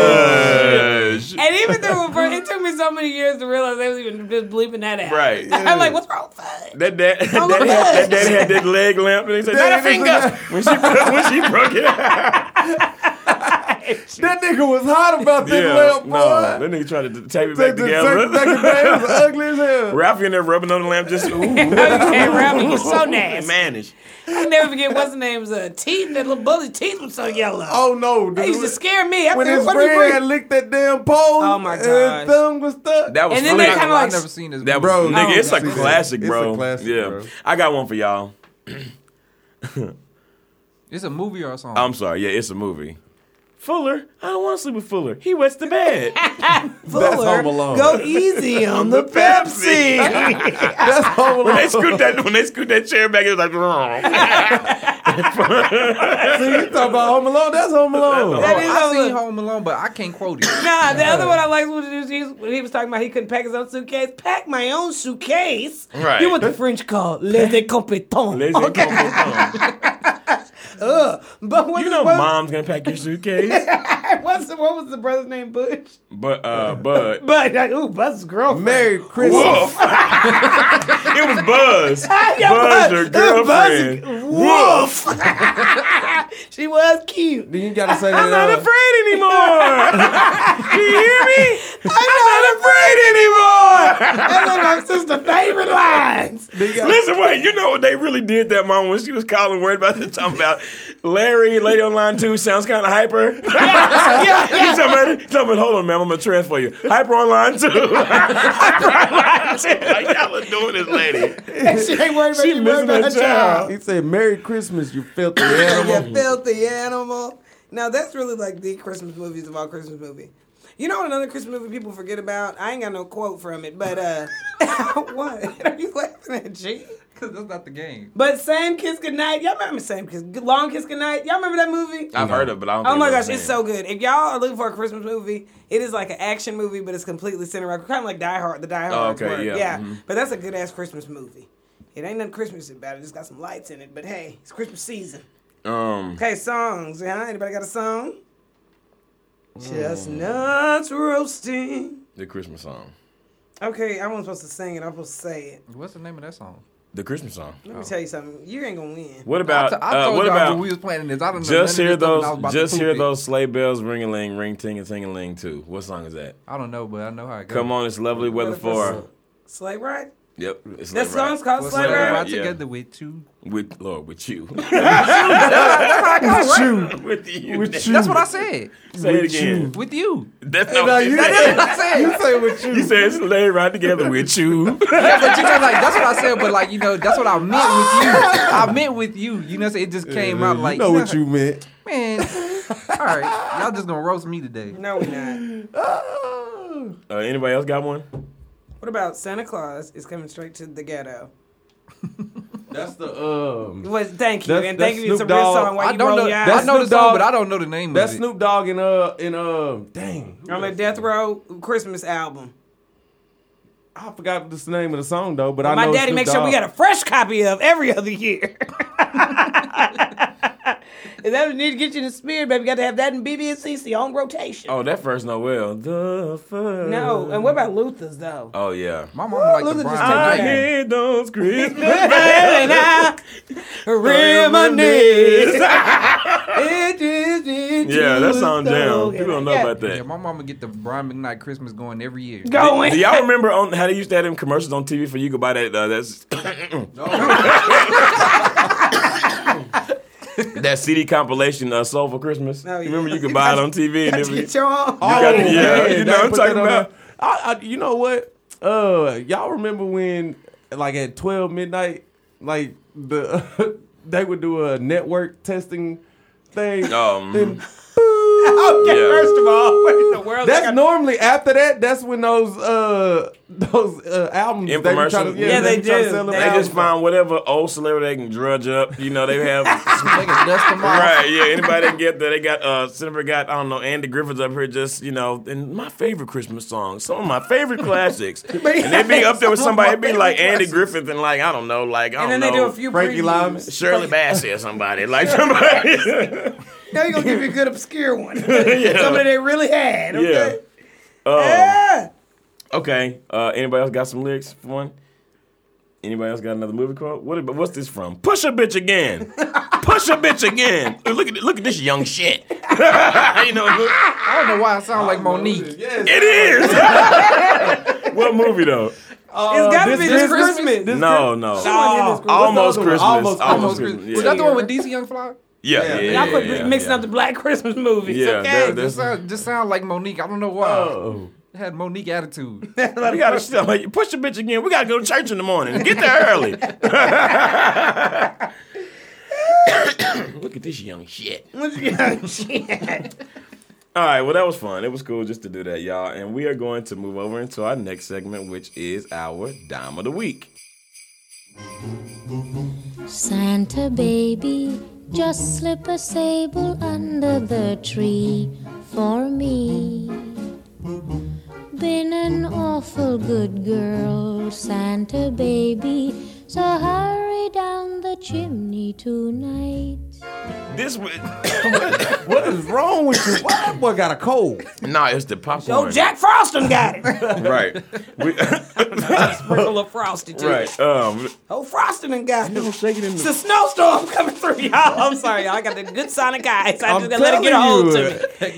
[SPEAKER 4] fudge,"
[SPEAKER 1] And even though it- bro, it took me so many years to realize they was even just bleeping that out.
[SPEAKER 4] Right.
[SPEAKER 1] I'm like, what's wrong with that?
[SPEAKER 4] that dad, that
[SPEAKER 1] look
[SPEAKER 4] daddy,
[SPEAKER 1] at that.
[SPEAKER 4] had, that daddy had that leg lamp, and he said, "Not a
[SPEAKER 2] Daddy,
[SPEAKER 4] finger." when she when she broke it, out.
[SPEAKER 2] that nigga was hot about that
[SPEAKER 4] yeah,
[SPEAKER 2] lamp, boy.
[SPEAKER 4] no, that nigga tried to tape it back
[SPEAKER 2] Take the-
[SPEAKER 4] together.
[SPEAKER 2] take the second day, it was ugly as hell.
[SPEAKER 4] Ralphie in there rubbing on the lamp, just ooh,
[SPEAKER 1] Okay, Ralphie was so nasty.
[SPEAKER 4] manage.
[SPEAKER 1] I never forget what's the name's uh, teeth. That little bully's teeth was so yellow.
[SPEAKER 2] Oh no, dude.
[SPEAKER 1] they used to scare me. I
[SPEAKER 2] when
[SPEAKER 1] think,
[SPEAKER 2] his
[SPEAKER 1] what do you
[SPEAKER 2] friend
[SPEAKER 1] bring?
[SPEAKER 2] had licked that damn pole,
[SPEAKER 1] Oh, my
[SPEAKER 2] and
[SPEAKER 1] gosh.
[SPEAKER 2] his thumb was stuck.
[SPEAKER 4] That was
[SPEAKER 1] And then
[SPEAKER 4] funny.
[SPEAKER 1] they kinda like-
[SPEAKER 3] I've never seen this.
[SPEAKER 4] That
[SPEAKER 3] movie.
[SPEAKER 4] bro,
[SPEAKER 2] Bro,
[SPEAKER 4] nigga, it's a
[SPEAKER 2] see that.
[SPEAKER 4] classic,
[SPEAKER 2] It's a
[SPEAKER 4] bro.
[SPEAKER 2] classic,
[SPEAKER 4] yeah,
[SPEAKER 2] bro.
[SPEAKER 4] I got one for y'all.
[SPEAKER 3] It's a movie or a song.
[SPEAKER 4] I'm sorry. Yeah, it's a movie. Fuller, I don't want to sleep with Fuller. He wets the bed.
[SPEAKER 2] That's
[SPEAKER 1] Fuller,
[SPEAKER 2] Home Alone.
[SPEAKER 1] Go easy on the Pepsi.
[SPEAKER 2] That's Home Alone.
[SPEAKER 4] when they scoot that when they scoot that chair back, it was like.
[SPEAKER 2] See, you talking about Home Alone? That's Home Alone.
[SPEAKER 1] That
[SPEAKER 3] Oh,
[SPEAKER 1] is
[SPEAKER 3] I
[SPEAKER 1] Home
[SPEAKER 3] seen
[SPEAKER 1] Alone.
[SPEAKER 3] Home Alone, but I can't quote it.
[SPEAKER 1] Nah, the other one I liked was just- he was, when he was talking about he couldn't pack his own suitcase. Pack my own suitcase.
[SPEAKER 4] Right.
[SPEAKER 1] You know what the French call les incompetents.
[SPEAKER 4] okay.
[SPEAKER 1] But what
[SPEAKER 4] You know,
[SPEAKER 1] what,
[SPEAKER 4] mom's gonna pack your suitcase.
[SPEAKER 1] what's the, what was the brother's name? Bush.
[SPEAKER 4] But uh, Bud.
[SPEAKER 1] But like, ooh, Buzz's girlfriend.
[SPEAKER 2] Merry Christmas.
[SPEAKER 4] Woof. it was Buzz.
[SPEAKER 1] Yeah,
[SPEAKER 4] Buzz,
[SPEAKER 1] Buzz-
[SPEAKER 4] your
[SPEAKER 1] uh, Buzz-
[SPEAKER 4] girlfriend. Woof.
[SPEAKER 1] she was cute.
[SPEAKER 2] Then you gotta say that.
[SPEAKER 4] I'm not
[SPEAKER 2] uh,
[SPEAKER 4] afraid anymore. Do you hear me?
[SPEAKER 1] I
[SPEAKER 4] I'm not afraid anymore.
[SPEAKER 1] know that's one of my sister's favorite lines.
[SPEAKER 2] then you gotta-
[SPEAKER 4] Listen, wait, you know what they really did that moment when she was calling worried about the talking about Larry, lady on line two, sounds kinda hyper.
[SPEAKER 1] yeah,
[SPEAKER 4] He's talking about, he's talking about, hold on, ma'am, I'm gonna transfer you. Hyper on line two. hyper on line two. Like y'all are doing this lady.
[SPEAKER 1] she ain't worried about
[SPEAKER 4] She
[SPEAKER 1] you, worried
[SPEAKER 4] missing
[SPEAKER 1] about
[SPEAKER 4] her
[SPEAKER 1] her
[SPEAKER 4] child.
[SPEAKER 1] child.
[SPEAKER 2] He said, Merry Christmas, you filthy animal.
[SPEAKER 1] you filthy animal. Now that's really like the Christmas movies of all Christmas movie. You know another Christmas movie people forget about? I ain't got no quote from it, but uh, what are you laughing at, G?
[SPEAKER 3] Cause that's not the game.
[SPEAKER 1] But Sam Kiss Goodnight, y'all remember Sam Kiss Long Kiss Goodnight? Y'all remember that movie?
[SPEAKER 4] I've heard of it, but I don't
[SPEAKER 1] Oh
[SPEAKER 4] think
[SPEAKER 1] my
[SPEAKER 4] I've
[SPEAKER 1] gosh,
[SPEAKER 4] seen
[SPEAKER 1] it's
[SPEAKER 4] it.
[SPEAKER 1] so good. If y'all are looking for a Christmas movie, it is like an action movie, but it's completely centered around kind of like Die Hard, the Die Hard.
[SPEAKER 4] Oh, okay, yeah, mm-hmm.
[SPEAKER 1] But that's a good ass Christmas movie. It ain't nothing Christmas about it. It's got some lights in it. But hey, it's Christmas season.
[SPEAKER 4] um
[SPEAKER 1] Okay, songs. Huh? Anybody got a song?
[SPEAKER 4] Mm.
[SPEAKER 1] Chestnuts roasting.
[SPEAKER 4] the Christmas song.
[SPEAKER 1] Okay, I wasn't supposed to sing it. I'm supposed to say it.
[SPEAKER 3] What's the name of that song?
[SPEAKER 4] The Christmas song.
[SPEAKER 1] Let me tell you something. You ain't gonna win.
[SPEAKER 4] Oh. What about
[SPEAKER 3] I t- I
[SPEAKER 4] uh,
[SPEAKER 3] told
[SPEAKER 4] what
[SPEAKER 3] y'all
[SPEAKER 4] about
[SPEAKER 3] when we was planning this. I don't know
[SPEAKER 4] Just
[SPEAKER 3] none
[SPEAKER 4] hear
[SPEAKER 3] of this stuff, and I was
[SPEAKER 4] those.
[SPEAKER 3] about to
[SPEAKER 4] Just
[SPEAKER 3] poop
[SPEAKER 4] hear
[SPEAKER 3] it.
[SPEAKER 4] those sleigh bells ring a ling, ring ting a ting a ling too. What song is that?
[SPEAKER 3] I don't know, but I know how it goes.
[SPEAKER 4] Come on, it's lovely weather for.
[SPEAKER 1] Slay Ride?
[SPEAKER 4] Yep, it's
[SPEAKER 1] That
[SPEAKER 4] Sleigh Ride.
[SPEAKER 1] song's called
[SPEAKER 3] Let's
[SPEAKER 1] Slay
[SPEAKER 4] Sleigh
[SPEAKER 1] Ride?
[SPEAKER 4] Ride.
[SPEAKER 3] ride
[SPEAKER 4] yeah.
[SPEAKER 3] together with you.
[SPEAKER 4] with Lord with you.
[SPEAKER 2] With you.
[SPEAKER 4] with you.
[SPEAKER 2] With you.
[SPEAKER 3] That's what I said.
[SPEAKER 4] Say it
[SPEAKER 2] With
[SPEAKER 4] again.
[SPEAKER 3] With you.
[SPEAKER 4] That's not
[SPEAKER 2] No,
[SPEAKER 4] what you
[SPEAKER 2] you,
[SPEAKER 4] said.
[SPEAKER 2] said, you say with you.
[SPEAKER 4] You said it's lay right together with you.
[SPEAKER 3] Yeah, but you know, like that's what I said. But like you know, that's what I meant with you. I meant with you. You know, what I'm saying? it just came out like
[SPEAKER 2] you know what you meant.
[SPEAKER 3] man. All right, y'all just gonna roast me today.
[SPEAKER 1] No, we're not.
[SPEAKER 4] Uh, anybody else got one?
[SPEAKER 1] What about Santa Claus is coming straight to the ghetto?
[SPEAKER 2] That's the um.
[SPEAKER 1] Well, thank you,
[SPEAKER 2] That's-
[SPEAKER 1] and thank
[SPEAKER 2] that's
[SPEAKER 1] you. It's a
[SPEAKER 2] Snoop
[SPEAKER 1] real
[SPEAKER 2] Dogg.
[SPEAKER 1] song. Why
[SPEAKER 3] I
[SPEAKER 1] you
[SPEAKER 3] don't
[SPEAKER 1] roll
[SPEAKER 3] know.
[SPEAKER 1] your
[SPEAKER 3] I
[SPEAKER 1] eyes?
[SPEAKER 3] know the
[SPEAKER 2] Snoop
[SPEAKER 3] song,
[SPEAKER 2] Dogg.
[SPEAKER 3] but I don't know the name
[SPEAKER 2] That's
[SPEAKER 3] of it.
[SPEAKER 2] Snoop Dogg and uh and um. Dang, who
[SPEAKER 1] on the
[SPEAKER 2] else?
[SPEAKER 1] Death Row Christmas album.
[SPEAKER 2] I forgot the name of the song though. But I
[SPEAKER 1] My
[SPEAKER 2] know
[SPEAKER 1] daddy
[SPEAKER 2] Snoop
[SPEAKER 1] makes sure we
[SPEAKER 2] Dogg.
[SPEAKER 1] got a fresh copy of every other year. Is that what need to get you in the spirit, baby? Got to have that in BBCC on rotation.
[SPEAKER 4] Oh, that first Noel. The first.
[SPEAKER 1] No, and what about Luther's though?
[SPEAKER 4] Oh yeah.
[SPEAKER 3] My mama like the
[SPEAKER 1] Luther just
[SPEAKER 3] Brian
[SPEAKER 1] take
[SPEAKER 4] I
[SPEAKER 1] that.
[SPEAKER 3] James.
[SPEAKER 4] hear those
[SPEAKER 1] And
[SPEAKER 4] Christmas
[SPEAKER 1] I reminisce.
[SPEAKER 4] Yeah, that sound
[SPEAKER 1] So-
[SPEAKER 4] down. People don't know
[SPEAKER 1] Yeah.
[SPEAKER 4] about that.
[SPEAKER 3] Yeah, my mama get the Brian McKnight Christmas going every year.
[SPEAKER 1] Going.
[SPEAKER 4] Do y'all remember on how they used to have them commercials on TV for you could buy that? Uh, that's that CD compilation, uh, Soul for Christmas.
[SPEAKER 1] Oh, yeah.
[SPEAKER 4] Remember you could buy it on TV. And it was-
[SPEAKER 1] Get your arm.
[SPEAKER 2] Oh,
[SPEAKER 4] got it. Yeah,
[SPEAKER 2] man,
[SPEAKER 4] you
[SPEAKER 2] they
[SPEAKER 4] know what I'm
[SPEAKER 2] put
[SPEAKER 4] talking
[SPEAKER 2] that on
[SPEAKER 4] about.
[SPEAKER 2] the- I, I, you know what? Uh, y'all remember when, like at twelve midnight, like the they would do a network testing thing.
[SPEAKER 4] Um,
[SPEAKER 2] Then-
[SPEAKER 1] Okay,
[SPEAKER 4] Yeah.
[SPEAKER 1] first of all, what in the world?
[SPEAKER 2] that's
[SPEAKER 1] I got-
[SPEAKER 2] normally after that. That's when those uh those uh, albums they be trying
[SPEAKER 4] Infomercials?
[SPEAKER 2] to,
[SPEAKER 4] Yeah,
[SPEAKER 2] they,
[SPEAKER 1] they
[SPEAKER 2] be trying to
[SPEAKER 1] do.
[SPEAKER 2] sell them
[SPEAKER 1] They
[SPEAKER 4] they
[SPEAKER 2] albums.
[SPEAKER 4] just find whatever old celebrity they can drudge up. You know, they have.
[SPEAKER 3] They can dust them off.
[SPEAKER 4] Right, yeah. Anybody can get that? They got uh, Cinema got I don't know Andy Griffiths up here just you know, and my favorite Christmas songs, some of my favorite classics, and they'd be up there with somebody, it'd be like Andy Griffith and like I don't know, like I
[SPEAKER 1] And
[SPEAKER 4] don't
[SPEAKER 1] then
[SPEAKER 4] know,
[SPEAKER 1] they do a few
[SPEAKER 2] Frankie
[SPEAKER 1] previews.
[SPEAKER 2] Lyman.
[SPEAKER 4] Shirley Bassey or somebody, like somebody.
[SPEAKER 1] Now you're gonna give me a good obscure one. Somebody they really had.
[SPEAKER 4] yeah.
[SPEAKER 1] Okay.
[SPEAKER 4] Um,
[SPEAKER 1] Yeah.
[SPEAKER 4] okay. Uh, anybody else got some lyrics for one? Anybody else got another movie quote? What? ab- What's this from? Push a bitch again. Push a bitch again. Look at look at this young shit. you know, look-
[SPEAKER 3] I don't know why I sound like Monique.
[SPEAKER 2] Yes.
[SPEAKER 4] it is. what movie though?
[SPEAKER 1] it's gotta
[SPEAKER 2] this
[SPEAKER 1] be Uh, this
[SPEAKER 2] is
[SPEAKER 1] Christmas.
[SPEAKER 2] Christmas?
[SPEAKER 1] This
[SPEAKER 2] This-
[SPEAKER 4] No, no.
[SPEAKER 1] Christmas.
[SPEAKER 4] Almost
[SPEAKER 2] What's the other one?
[SPEAKER 4] Christmas. Almost,
[SPEAKER 2] Almost
[SPEAKER 3] Almost
[SPEAKER 4] Christmas.
[SPEAKER 3] Christmas.
[SPEAKER 4] Yeah.
[SPEAKER 3] Was that the one with DC Young Fly?
[SPEAKER 4] Yeah,
[SPEAKER 2] Yeah.
[SPEAKER 4] yeah, yeah,
[SPEAKER 1] Y'all quit
[SPEAKER 4] yeah,
[SPEAKER 1] mixing
[SPEAKER 4] yeah.
[SPEAKER 1] up the black Christmas movies.
[SPEAKER 4] Yeah,
[SPEAKER 1] okay.
[SPEAKER 4] they're-
[SPEAKER 3] Just sound, just sound like Monique. I don't know why.
[SPEAKER 2] Oh.
[SPEAKER 3] Had Monique attitude.
[SPEAKER 4] We gotta still, like, push the bitch again. We gotta go to church in the morning. Get there early. Look at this young shit.
[SPEAKER 1] Yeah, shit.
[SPEAKER 4] All right, well, that was fun. It was cool just to do that, y'all. And we are going to move over into our next segment, which is our Dime of the Week.
[SPEAKER 5] Santa baby, just slip a sable under the tree for me. Been an awful good girl, Santa baby, so hurry down the chimney tonight.
[SPEAKER 4] This was.
[SPEAKER 2] What is wrong with you? Why that boy got a cold?
[SPEAKER 4] nah, it's the popcorn.
[SPEAKER 1] Oh, Jack Frost done got it.
[SPEAKER 4] Right. We,
[SPEAKER 1] Sprinkle of frosty too.
[SPEAKER 4] right. Um,
[SPEAKER 1] Oh, Frosty done got it.
[SPEAKER 2] Don't shake it in
[SPEAKER 1] It's
[SPEAKER 2] the
[SPEAKER 1] a snowstorm coming through, y'all. I'm sorry, y'all. I got the good Sonic eyes. I just gotta let it get a
[SPEAKER 2] telling
[SPEAKER 1] hold
[SPEAKER 2] you.
[SPEAKER 1] to me.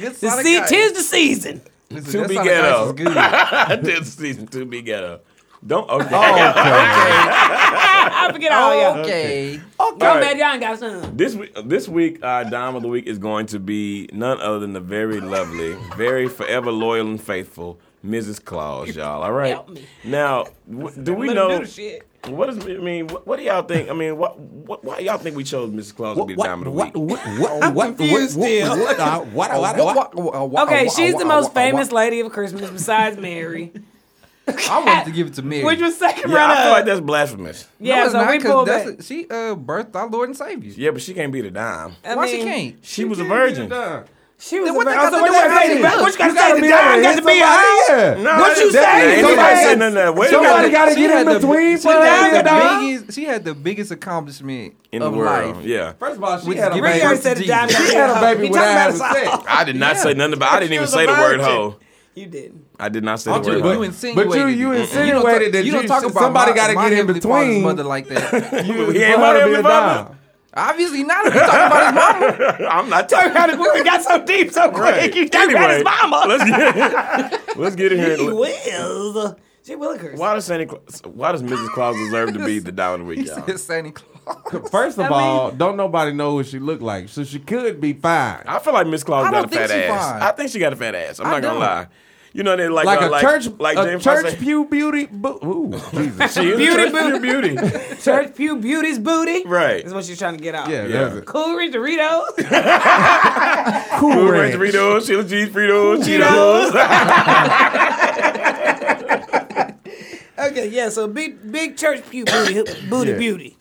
[SPEAKER 3] Good
[SPEAKER 1] The
[SPEAKER 3] Sonic
[SPEAKER 1] sea,
[SPEAKER 3] guy.
[SPEAKER 1] tis the season.
[SPEAKER 3] Listen,
[SPEAKER 4] to
[SPEAKER 3] that
[SPEAKER 4] be
[SPEAKER 3] Sonic Ice
[SPEAKER 4] ghetto.
[SPEAKER 3] is good.
[SPEAKER 4] this season to be ghetto. Don't. Okay.
[SPEAKER 1] I forget all y'all.
[SPEAKER 3] Okay.
[SPEAKER 1] Y'all
[SPEAKER 4] right.
[SPEAKER 1] mad y'all ain't got some.
[SPEAKER 4] This week, this week, our dime of the week is going to be none other than the very lovely, very forever loyal and faithful Mrs. Claus, y'all. All right.
[SPEAKER 1] Help me.
[SPEAKER 4] Now, w- do we
[SPEAKER 1] Let 'em
[SPEAKER 4] know?
[SPEAKER 1] do the shit.
[SPEAKER 4] What does I mean? What, what do y'all think? I mean, what, what why y'all think we chose Mrs. Claus to be the dime of the week?
[SPEAKER 2] what, what, what, what, what,
[SPEAKER 1] confused still.
[SPEAKER 2] what, uh, what, uh, what, uh, what,
[SPEAKER 1] Okay, she's the most famous lady of Christmas besides Mary,
[SPEAKER 3] I wanted to give it to Mary.
[SPEAKER 1] which was second
[SPEAKER 4] Yeah, I feel
[SPEAKER 1] runner
[SPEAKER 4] like
[SPEAKER 1] up.
[SPEAKER 4] that's blasphemous.
[SPEAKER 3] No,
[SPEAKER 1] Yeah,
[SPEAKER 3] it's
[SPEAKER 1] so
[SPEAKER 3] not,
[SPEAKER 1] we
[SPEAKER 3] 'cause
[SPEAKER 1] pulled
[SPEAKER 3] that's
[SPEAKER 1] back.
[SPEAKER 3] a- She uh, birthed our Lord and Savior.
[SPEAKER 4] Yeah, but she can't be the dime.
[SPEAKER 1] I
[SPEAKER 3] Why she
[SPEAKER 1] mean,
[SPEAKER 3] can't?
[SPEAKER 4] She was a virgin. No,
[SPEAKER 2] Done.
[SPEAKER 1] She was a
[SPEAKER 3] what
[SPEAKER 1] what
[SPEAKER 3] that
[SPEAKER 1] also,
[SPEAKER 3] got
[SPEAKER 1] what
[SPEAKER 3] to
[SPEAKER 1] that say?
[SPEAKER 3] do with it?
[SPEAKER 1] What you got to say? The
[SPEAKER 2] You gotta die.
[SPEAKER 1] dime got
[SPEAKER 2] That's
[SPEAKER 1] to be a
[SPEAKER 2] somebody,
[SPEAKER 1] house.
[SPEAKER 2] yeah.
[SPEAKER 1] What you
[SPEAKER 4] definitely-
[SPEAKER 1] say?
[SPEAKER 4] ain't nobody
[SPEAKER 1] Somebody-
[SPEAKER 4] say none of that. Wait a
[SPEAKER 2] somebody
[SPEAKER 4] minute.
[SPEAKER 2] gotta
[SPEAKER 3] She
[SPEAKER 2] get
[SPEAKER 3] had
[SPEAKER 2] in
[SPEAKER 3] the-
[SPEAKER 2] between
[SPEAKER 3] She had,
[SPEAKER 2] for that,
[SPEAKER 3] the biggest, she had the biggest accomplishment
[SPEAKER 4] in the
[SPEAKER 3] of
[SPEAKER 4] world.
[SPEAKER 3] life.
[SPEAKER 4] Yeah.
[SPEAKER 2] First of all, she
[SPEAKER 3] We
[SPEAKER 2] had a
[SPEAKER 3] give
[SPEAKER 1] Rick
[SPEAKER 3] Praise
[SPEAKER 1] already
[SPEAKER 2] baby.
[SPEAKER 1] said the
[SPEAKER 3] to
[SPEAKER 1] dime got
[SPEAKER 3] Jesus.
[SPEAKER 1] to
[SPEAKER 2] She
[SPEAKER 1] be
[SPEAKER 2] had a
[SPEAKER 1] house.
[SPEAKER 2] baby
[SPEAKER 1] He
[SPEAKER 2] when I
[SPEAKER 1] talking about
[SPEAKER 2] had
[SPEAKER 1] us
[SPEAKER 2] sex.
[SPEAKER 1] all.
[SPEAKER 4] I did not say nothing about. I didn't even
[SPEAKER 1] was
[SPEAKER 4] say
[SPEAKER 1] a
[SPEAKER 4] the word
[SPEAKER 1] virgin.
[SPEAKER 4] hoe.
[SPEAKER 1] You didn't.
[SPEAKER 4] I did not say the
[SPEAKER 3] You,
[SPEAKER 4] word
[SPEAKER 3] you
[SPEAKER 4] hoe.
[SPEAKER 3] insinuated.
[SPEAKER 2] you
[SPEAKER 3] it.
[SPEAKER 2] insinuated
[SPEAKER 3] don't ta-
[SPEAKER 2] that
[SPEAKER 3] you don't
[SPEAKER 2] you-
[SPEAKER 3] talk about
[SPEAKER 2] somebody
[SPEAKER 3] my-
[SPEAKER 2] gotta
[SPEAKER 3] my
[SPEAKER 2] get in
[SPEAKER 3] Heavenly Father's
[SPEAKER 2] between.
[SPEAKER 3] mother like that.
[SPEAKER 4] You,
[SPEAKER 2] For
[SPEAKER 4] he ain't
[SPEAKER 2] her
[SPEAKER 4] my
[SPEAKER 2] to be
[SPEAKER 4] heavenly
[SPEAKER 2] a
[SPEAKER 4] father.
[SPEAKER 2] dime.
[SPEAKER 3] Obviously not. If you talking about his mama.
[SPEAKER 4] I'm not talking about it.
[SPEAKER 1] We got so deep so quick.
[SPEAKER 4] Right.
[SPEAKER 1] You talking about his
[SPEAKER 4] Anyway,
[SPEAKER 1] mama.
[SPEAKER 4] Let's get, let's get in here.
[SPEAKER 1] She
[SPEAKER 4] and look-
[SPEAKER 1] will. She will curse.
[SPEAKER 4] Why does Santa Claus, why does Mrs. Claus deserve to be the dime of the
[SPEAKER 3] He
[SPEAKER 4] week, y'all?
[SPEAKER 3] said Santa Claus.
[SPEAKER 2] First of
[SPEAKER 1] I mean-
[SPEAKER 2] all, don't nobody know what she looked like, so she could be fine.
[SPEAKER 4] I feel like Miss Claus
[SPEAKER 3] I
[SPEAKER 4] got a
[SPEAKER 3] don't think
[SPEAKER 4] fat
[SPEAKER 3] she
[SPEAKER 4] ass.
[SPEAKER 3] fine.
[SPEAKER 4] I think she got a fat ass. I'm
[SPEAKER 3] I
[SPEAKER 4] not gonna
[SPEAKER 3] don't.
[SPEAKER 4] lie. You know they like
[SPEAKER 2] Like
[SPEAKER 4] uh,
[SPEAKER 2] a church,
[SPEAKER 4] like
[SPEAKER 2] a
[SPEAKER 4] James
[SPEAKER 2] church
[SPEAKER 4] Fonseca-
[SPEAKER 2] pew beauty. bu- Ooh, Jesus.
[SPEAKER 4] She is
[SPEAKER 1] Beauty
[SPEAKER 4] a
[SPEAKER 1] boo-
[SPEAKER 4] church beauty. beauty.
[SPEAKER 1] Church Pew Beauty's booty.
[SPEAKER 4] Right.
[SPEAKER 1] Is what she's trying to get out.
[SPEAKER 2] Yeah,
[SPEAKER 4] Yeah.
[SPEAKER 2] that's it.
[SPEAKER 1] Cool Doritos.
[SPEAKER 2] Cool
[SPEAKER 4] Cool
[SPEAKER 2] ranch.
[SPEAKER 4] Ranch Doritos, Chili Cheese Fritos,
[SPEAKER 1] Cheetos.
[SPEAKER 4] Cheetos.
[SPEAKER 1] okay, yeah, so big big church pew booty booty
[SPEAKER 2] Yeah.
[SPEAKER 1] beauty.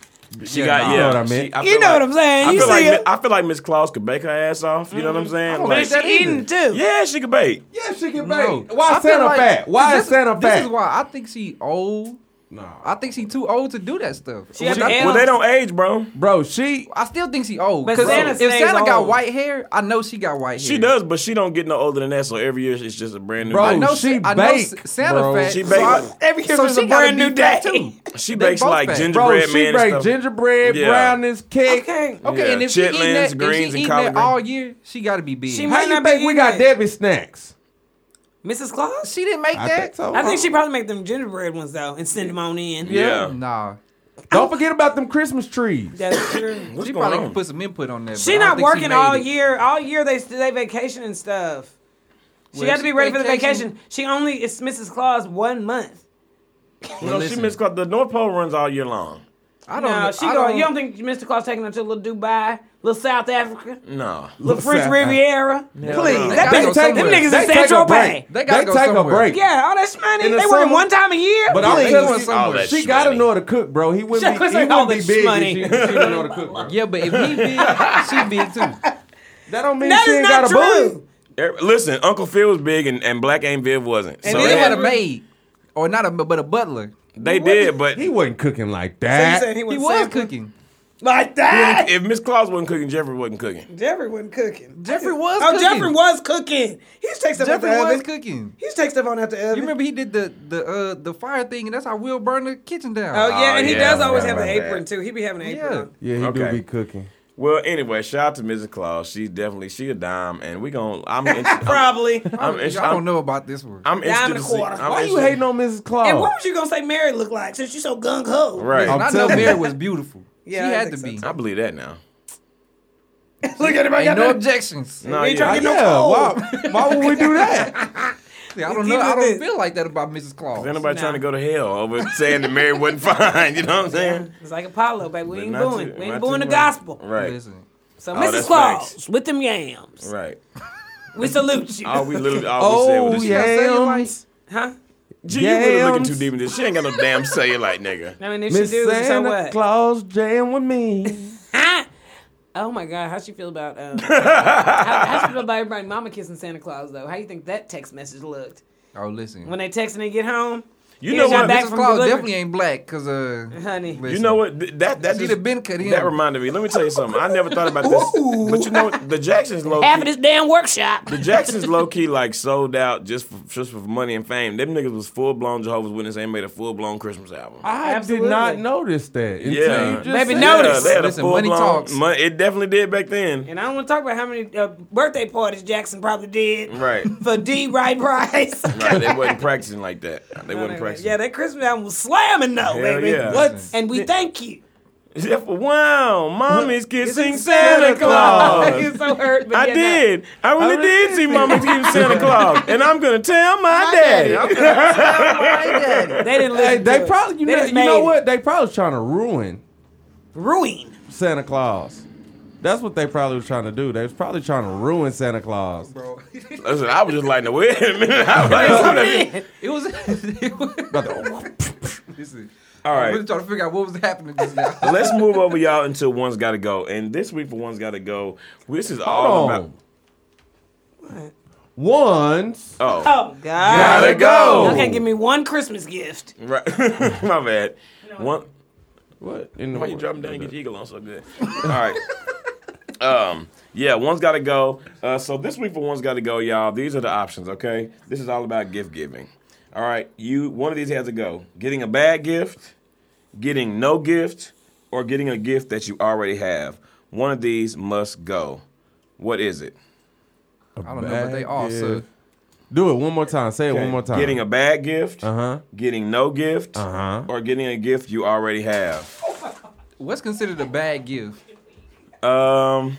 [SPEAKER 4] She got yeah.
[SPEAKER 2] You know what I meant.
[SPEAKER 4] she- I
[SPEAKER 1] You
[SPEAKER 4] feel
[SPEAKER 1] know
[SPEAKER 4] like-
[SPEAKER 1] what I'm saying.
[SPEAKER 4] I
[SPEAKER 1] You
[SPEAKER 4] feel
[SPEAKER 1] see
[SPEAKER 4] like
[SPEAKER 1] it.
[SPEAKER 4] I feel like Miss Claus could bake her ass off. You know what I'm saying?
[SPEAKER 3] don't
[SPEAKER 4] Like,
[SPEAKER 3] think that
[SPEAKER 1] She eating too.
[SPEAKER 4] yeah, she could bake.
[SPEAKER 2] Yeah, she can
[SPEAKER 3] No.
[SPEAKER 2] bake. Why
[SPEAKER 3] I feel
[SPEAKER 2] Santa
[SPEAKER 3] like-
[SPEAKER 2] fat? Why
[SPEAKER 3] this,
[SPEAKER 2] is Santa
[SPEAKER 3] This
[SPEAKER 2] fat?
[SPEAKER 3] is why I think she old. I
[SPEAKER 2] No,
[SPEAKER 3] think she too old to do that stuff.
[SPEAKER 1] She had
[SPEAKER 3] Which I,
[SPEAKER 1] the
[SPEAKER 4] Well, they don't age, bro.
[SPEAKER 2] bro, she
[SPEAKER 3] I still think she old.
[SPEAKER 1] But
[SPEAKER 3] 'Cause
[SPEAKER 1] Santa
[SPEAKER 3] if
[SPEAKER 1] stays
[SPEAKER 3] Santa got
[SPEAKER 1] old.
[SPEAKER 3] white hair, I know she got white hair.
[SPEAKER 4] She does, but she don't get no older than that. So every year it's just a brand new.
[SPEAKER 2] Bro,
[SPEAKER 3] I
[SPEAKER 4] thing.
[SPEAKER 3] know
[SPEAKER 2] She
[SPEAKER 3] she. I know
[SPEAKER 2] bake,
[SPEAKER 3] S- Santa
[SPEAKER 2] bro.
[SPEAKER 3] fat.
[SPEAKER 4] She
[SPEAKER 3] so
[SPEAKER 4] bake.
[SPEAKER 3] I- eh,
[SPEAKER 1] Every
[SPEAKER 3] so
[SPEAKER 1] Christmas
[SPEAKER 3] she
[SPEAKER 1] a
[SPEAKER 3] gotta
[SPEAKER 1] brand
[SPEAKER 3] be
[SPEAKER 1] new day.
[SPEAKER 3] fat too.
[SPEAKER 4] She
[SPEAKER 3] They
[SPEAKER 4] bakes
[SPEAKER 3] both
[SPEAKER 4] like
[SPEAKER 3] fat.
[SPEAKER 2] bro,
[SPEAKER 4] gingerbread
[SPEAKER 2] she
[SPEAKER 4] man
[SPEAKER 2] bake
[SPEAKER 4] and stuff.
[SPEAKER 2] gingerbread,
[SPEAKER 4] Yeah.
[SPEAKER 2] brownies, cake.
[SPEAKER 1] Okay.
[SPEAKER 3] Okay,
[SPEAKER 4] Yeah,
[SPEAKER 3] and if she eating
[SPEAKER 4] chitlins,
[SPEAKER 3] that, if
[SPEAKER 4] greens,
[SPEAKER 3] she
[SPEAKER 4] and
[SPEAKER 3] eating
[SPEAKER 4] collard
[SPEAKER 3] that
[SPEAKER 4] greens.
[SPEAKER 3] all year, she got to be big.
[SPEAKER 1] She
[SPEAKER 3] She,
[SPEAKER 1] might-
[SPEAKER 2] How you
[SPEAKER 1] not be
[SPEAKER 2] think we
[SPEAKER 1] eating
[SPEAKER 2] got
[SPEAKER 1] it.
[SPEAKER 2] Debbie snacks?
[SPEAKER 1] Mrs. Claus?
[SPEAKER 3] didn't make
[SPEAKER 2] I
[SPEAKER 3] that.
[SPEAKER 2] think so.
[SPEAKER 1] I think she probably make them gingerbread ones though and send them on in.
[SPEAKER 4] Yeah.
[SPEAKER 3] Nah.
[SPEAKER 2] Don't forget about them Christmas trees.
[SPEAKER 1] That's true.
[SPEAKER 4] What's
[SPEAKER 3] She
[SPEAKER 4] going
[SPEAKER 3] probably
[SPEAKER 4] on?
[SPEAKER 3] could put some input on that. but
[SPEAKER 1] She
[SPEAKER 3] I don't
[SPEAKER 1] not
[SPEAKER 3] think she
[SPEAKER 1] working
[SPEAKER 3] made
[SPEAKER 1] all
[SPEAKER 3] it.
[SPEAKER 1] year. All year they they vacation and stuff. She
[SPEAKER 3] Well,
[SPEAKER 1] got to be
[SPEAKER 3] she
[SPEAKER 1] ready for the
[SPEAKER 3] vacation-
[SPEAKER 1] vacation. She only it's Mrs. Claus one month.
[SPEAKER 4] No, she
[SPEAKER 3] Listen.
[SPEAKER 4] Miss Claus. The North Pole runs all year long.
[SPEAKER 3] I don't
[SPEAKER 1] No,
[SPEAKER 3] know.
[SPEAKER 1] she
[SPEAKER 3] I
[SPEAKER 1] going.
[SPEAKER 3] don't,
[SPEAKER 1] You don't think Mr. Claus taking her to little Dubai, little South Africa,
[SPEAKER 4] No.
[SPEAKER 1] little French
[SPEAKER 2] South
[SPEAKER 1] Riviera? Please,
[SPEAKER 4] no.
[SPEAKER 1] that
[SPEAKER 3] They
[SPEAKER 1] bitch,
[SPEAKER 3] gotta
[SPEAKER 1] them
[SPEAKER 3] go somewhere.
[SPEAKER 1] niggas
[SPEAKER 2] They
[SPEAKER 1] in
[SPEAKER 2] take a
[SPEAKER 1] Central Bay.
[SPEAKER 2] break.
[SPEAKER 3] They gotta
[SPEAKER 2] They
[SPEAKER 3] go
[SPEAKER 2] take a
[SPEAKER 3] somewhere.
[SPEAKER 2] break.
[SPEAKER 1] Yeah, all that money.
[SPEAKER 2] In the
[SPEAKER 1] They working
[SPEAKER 2] summer-
[SPEAKER 1] one time a year.
[SPEAKER 2] But I'm
[SPEAKER 3] Please.
[SPEAKER 2] telling
[SPEAKER 3] She- all
[SPEAKER 2] you,
[SPEAKER 4] that
[SPEAKER 2] she gotta
[SPEAKER 4] shmoney.
[SPEAKER 2] know how to cook, bro. He wouldn't be,
[SPEAKER 1] Chris
[SPEAKER 2] he
[SPEAKER 1] ain't all
[SPEAKER 2] wouldn't
[SPEAKER 1] that
[SPEAKER 2] be big
[SPEAKER 1] shmoney.
[SPEAKER 2] if she, if she didn't know how to cook, bro.
[SPEAKER 3] Yeah, but if he big, she big too.
[SPEAKER 2] That don't mean
[SPEAKER 1] that
[SPEAKER 2] she
[SPEAKER 1] is
[SPEAKER 2] ain't
[SPEAKER 1] not
[SPEAKER 2] got a booty.
[SPEAKER 1] true.
[SPEAKER 4] Er- Listen, Uncle Phil was big and, and Black Aunt Viv wasn't.
[SPEAKER 1] And
[SPEAKER 4] so
[SPEAKER 3] They
[SPEAKER 1] then-
[SPEAKER 4] they,
[SPEAKER 3] had a maid, or not a but a butler.
[SPEAKER 4] they did, but
[SPEAKER 2] He wasn't cooking like that.
[SPEAKER 3] He was cooking.
[SPEAKER 1] like that.
[SPEAKER 4] if Miss Claus wasn't cooking, Jeffrey wasn't cooking.
[SPEAKER 1] Jeffrey wasn't cooking.
[SPEAKER 3] Jeffrey was
[SPEAKER 1] Oh,
[SPEAKER 3] cooking.
[SPEAKER 1] Jeffrey was cooking. He used to take stuff
[SPEAKER 3] Jeffrey
[SPEAKER 1] out the
[SPEAKER 3] was
[SPEAKER 1] oven.
[SPEAKER 3] cooking.
[SPEAKER 1] He used to take stuff on out the oven.
[SPEAKER 3] You remember he did the the uh, the fire thing, and that's how Will burned the kitchen down.
[SPEAKER 1] Oh yeah,
[SPEAKER 4] Oh,
[SPEAKER 1] and he
[SPEAKER 4] yeah,
[SPEAKER 1] does
[SPEAKER 4] I
[SPEAKER 1] always have
[SPEAKER 4] forgot
[SPEAKER 1] an
[SPEAKER 4] about that.
[SPEAKER 1] apron too. He be having an apron.
[SPEAKER 3] Yeah.
[SPEAKER 1] on.
[SPEAKER 2] Yeah, he
[SPEAKER 4] Okay.
[SPEAKER 2] do be cooking.
[SPEAKER 4] Well, anyway, shout out to Mrs. Claus. She's definitely she a dime, and we gon' I'm in, I'm,
[SPEAKER 1] Probably.
[SPEAKER 4] I'm,
[SPEAKER 3] I
[SPEAKER 4] in-
[SPEAKER 3] don't know about this one.
[SPEAKER 4] I'm
[SPEAKER 1] Dime
[SPEAKER 4] interested
[SPEAKER 1] and a
[SPEAKER 4] to see.
[SPEAKER 1] quarter.
[SPEAKER 4] I'm
[SPEAKER 2] Why you
[SPEAKER 4] interested-
[SPEAKER 2] hating on Mrs. Claus?
[SPEAKER 1] and what was you gonna say Mary looked like since you so gung ho?
[SPEAKER 4] Right.
[SPEAKER 3] And
[SPEAKER 2] I'm
[SPEAKER 3] I know
[SPEAKER 2] telling
[SPEAKER 3] Mary
[SPEAKER 2] you.
[SPEAKER 3] was beautiful.
[SPEAKER 1] Yeah, I
[SPEAKER 3] she had to
[SPEAKER 1] think so,
[SPEAKER 3] be.
[SPEAKER 4] I believe that now.
[SPEAKER 1] Look at him. I
[SPEAKER 3] Ain't
[SPEAKER 1] got
[SPEAKER 3] no
[SPEAKER 1] no.
[SPEAKER 3] objections.
[SPEAKER 4] No,
[SPEAKER 1] We ain't trying to
[SPEAKER 4] yeah.
[SPEAKER 1] get no
[SPEAKER 2] yeah,
[SPEAKER 1] cold.
[SPEAKER 2] why, why would we do that?
[SPEAKER 3] See, I don't
[SPEAKER 1] Keep
[SPEAKER 3] know. I
[SPEAKER 1] it
[SPEAKER 3] don't
[SPEAKER 1] this.
[SPEAKER 3] feel like that about Mrs. Claus.
[SPEAKER 4] Is anybody
[SPEAKER 1] Nah.
[SPEAKER 4] trying to go to hell over saying that Mary wasn't fine? You know what I'm saying?
[SPEAKER 1] It's like Apollo, baby. We
[SPEAKER 4] But
[SPEAKER 1] ain't
[SPEAKER 4] not
[SPEAKER 1] booing.
[SPEAKER 4] too-
[SPEAKER 1] We
[SPEAKER 4] not
[SPEAKER 1] ain't
[SPEAKER 4] too
[SPEAKER 1] booing the
[SPEAKER 4] much.
[SPEAKER 1] gospel.
[SPEAKER 4] Right.
[SPEAKER 3] Listen,
[SPEAKER 1] So
[SPEAKER 4] Oh,
[SPEAKER 1] Mrs.
[SPEAKER 4] that's
[SPEAKER 1] Claus
[SPEAKER 4] facts.
[SPEAKER 1] with them yams.
[SPEAKER 4] Right.
[SPEAKER 1] We salute you.
[SPEAKER 4] All we literally all we said was this
[SPEAKER 3] yeah.
[SPEAKER 4] shit.
[SPEAKER 3] yams.
[SPEAKER 1] Huh?
[SPEAKER 4] Gee, you really looking too
[SPEAKER 2] Yams.
[SPEAKER 4] deep in this. She ain't got no damn cellulite, nigga.
[SPEAKER 1] I mean, if
[SPEAKER 2] Miss
[SPEAKER 1] she do, so
[SPEAKER 2] Santa
[SPEAKER 1] what?
[SPEAKER 2] Claus jam with me.
[SPEAKER 1] Ah! Oh my God, how she feel about um, how, how she feel about everybody mama kissing Santa Claus though? How you think that text message looked
[SPEAKER 3] Oh, listen.
[SPEAKER 1] when they text and they get home?
[SPEAKER 4] You
[SPEAKER 1] Yeah,
[SPEAKER 4] know
[SPEAKER 1] y'all
[SPEAKER 4] what?
[SPEAKER 1] back
[SPEAKER 3] Mrs.
[SPEAKER 1] from
[SPEAKER 3] Claus
[SPEAKER 1] delivery.
[SPEAKER 3] definitely ain't black, cause uh,
[SPEAKER 1] Honey. You
[SPEAKER 4] You know what? Th- That that
[SPEAKER 3] She'd
[SPEAKER 4] just-
[SPEAKER 3] have been cut in.
[SPEAKER 4] That reminded me. Let me tell you something. I never thought about this, but you know what? The Jacksons low.
[SPEAKER 1] Half of this damn workshop.
[SPEAKER 4] The Jacksons low key like sold out just for, just for money and fame. Them niggas was full blown Jehovah's Witness and made a full blown Christmas album.
[SPEAKER 2] I
[SPEAKER 1] Absolutely.
[SPEAKER 2] did not notice that until
[SPEAKER 4] Yeah.
[SPEAKER 2] you just
[SPEAKER 1] Baby,
[SPEAKER 2] said
[SPEAKER 1] notice.
[SPEAKER 4] Yeah, they had a
[SPEAKER 3] Listen,
[SPEAKER 4] full
[SPEAKER 3] money
[SPEAKER 4] blown-
[SPEAKER 3] talks.
[SPEAKER 4] mon- it definitely did back then.
[SPEAKER 1] And I don't want to talk about how many uh, birthday parties Jackson probably did
[SPEAKER 4] Right.
[SPEAKER 1] for D right price.
[SPEAKER 4] right. They wasn't practicing like that. They wasn't practicing.
[SPEAKER 1] yeah, that Christmas album was slamming though,
[SPEAKER 4] Hell
[SPEAKER 1] baby.
[SPEAKER 4] yeah.
[SPEAKER 1] What? And we thank you.
[SPEAKER 4] Yeah, for- wow, mommy's kissing
[SPEAKER 1] Santa
[SPEAKER 4] Santa Claus.
[SPEAKER 1] It's so hurt, but
[SPEAKER 4] Oh. I
[SPEAKER 1] yet
[SPEAKER 4] did. I really did see Mama kissing Santa Claus, and I'm gonna tell my daddy.
[SPEAKER 1] not. They didn't
[SPEAKER 2] Hey,
[SPEAKER 1] listen.
[SPEAKER 2] they
[SPEAKER 1] to it.
[SPEAKER 2] probably you
[SPEAKER 1] They
[SPEAKER 2] know,
[SPEAKER 1] just
[SPEAKER 2] you
[SPEAKER 1] made
[SPEAKER 2] know
[SPEAKER 1] it.
[SPEAKER 2] what they probably was trying to ruin
[SPEAKER 1] Ruin.
[SPEAKER 2] Santa Claus. That's what they probably was trying to do. They was probably trying to ruin Santa Claus.
[SPEAKER 3] bro.
[SPEAKER 4] Listen, I was just like, no, wait a minute. I was like,
[SPEAKER 3] It was. It was listen,
[SPEAKER 4] All
[SPEAKER 3] I'm
[SPEAKER 4] right,
[SPEAKER 3] really trying to figure out what was happening just now.
[SPEAKER 4] let's move over, y'all, until one's got to go. And this week for one's got to go, this is all
[SPEAKER 2] Hold
[SPEAKER 4] about.
[SPEAKER 2] on. Ones.
[SPEAKER 4] Oh,
[SPEAKER 1] Oh God.
[SPEAKER 4] gotta go.
[SPEAKER 1] Y'all can't give me one Christmas gift.
[SPEAKER 4] Right, my bad. One.
[SPEAKER 2] What? In the
[SPEAKER 4] Why you drop down and get your eagle on so good? All right. Um. Yeah, one's got to go. Uh, so this week for one's got to go, y'all. These are the options. Okay. This is all about gift giving. All right. You one of these has to go. Getting a bad gift, getting no gift, or getting a gift that you already have. One of these must go. What is it?
[SPEAKER 3] I don't know what they are,
[SPEAKER 2] Yeah.
[SPEAKER 3] sir.
[SPEAKER 2] Do it one more time. Say it one more time.
[SPEAKER 4] Getting a bad gift,
[SPEAKER 2] Uh huh.
[SPEAKER 4] getting no gift,
[SPEAKER 2] Uh-huh.
[SPEAKER 4] or getting a gift you already have.
[SPEAKER 3] What's considered a bad gift?
[SPEAKER 4] Um,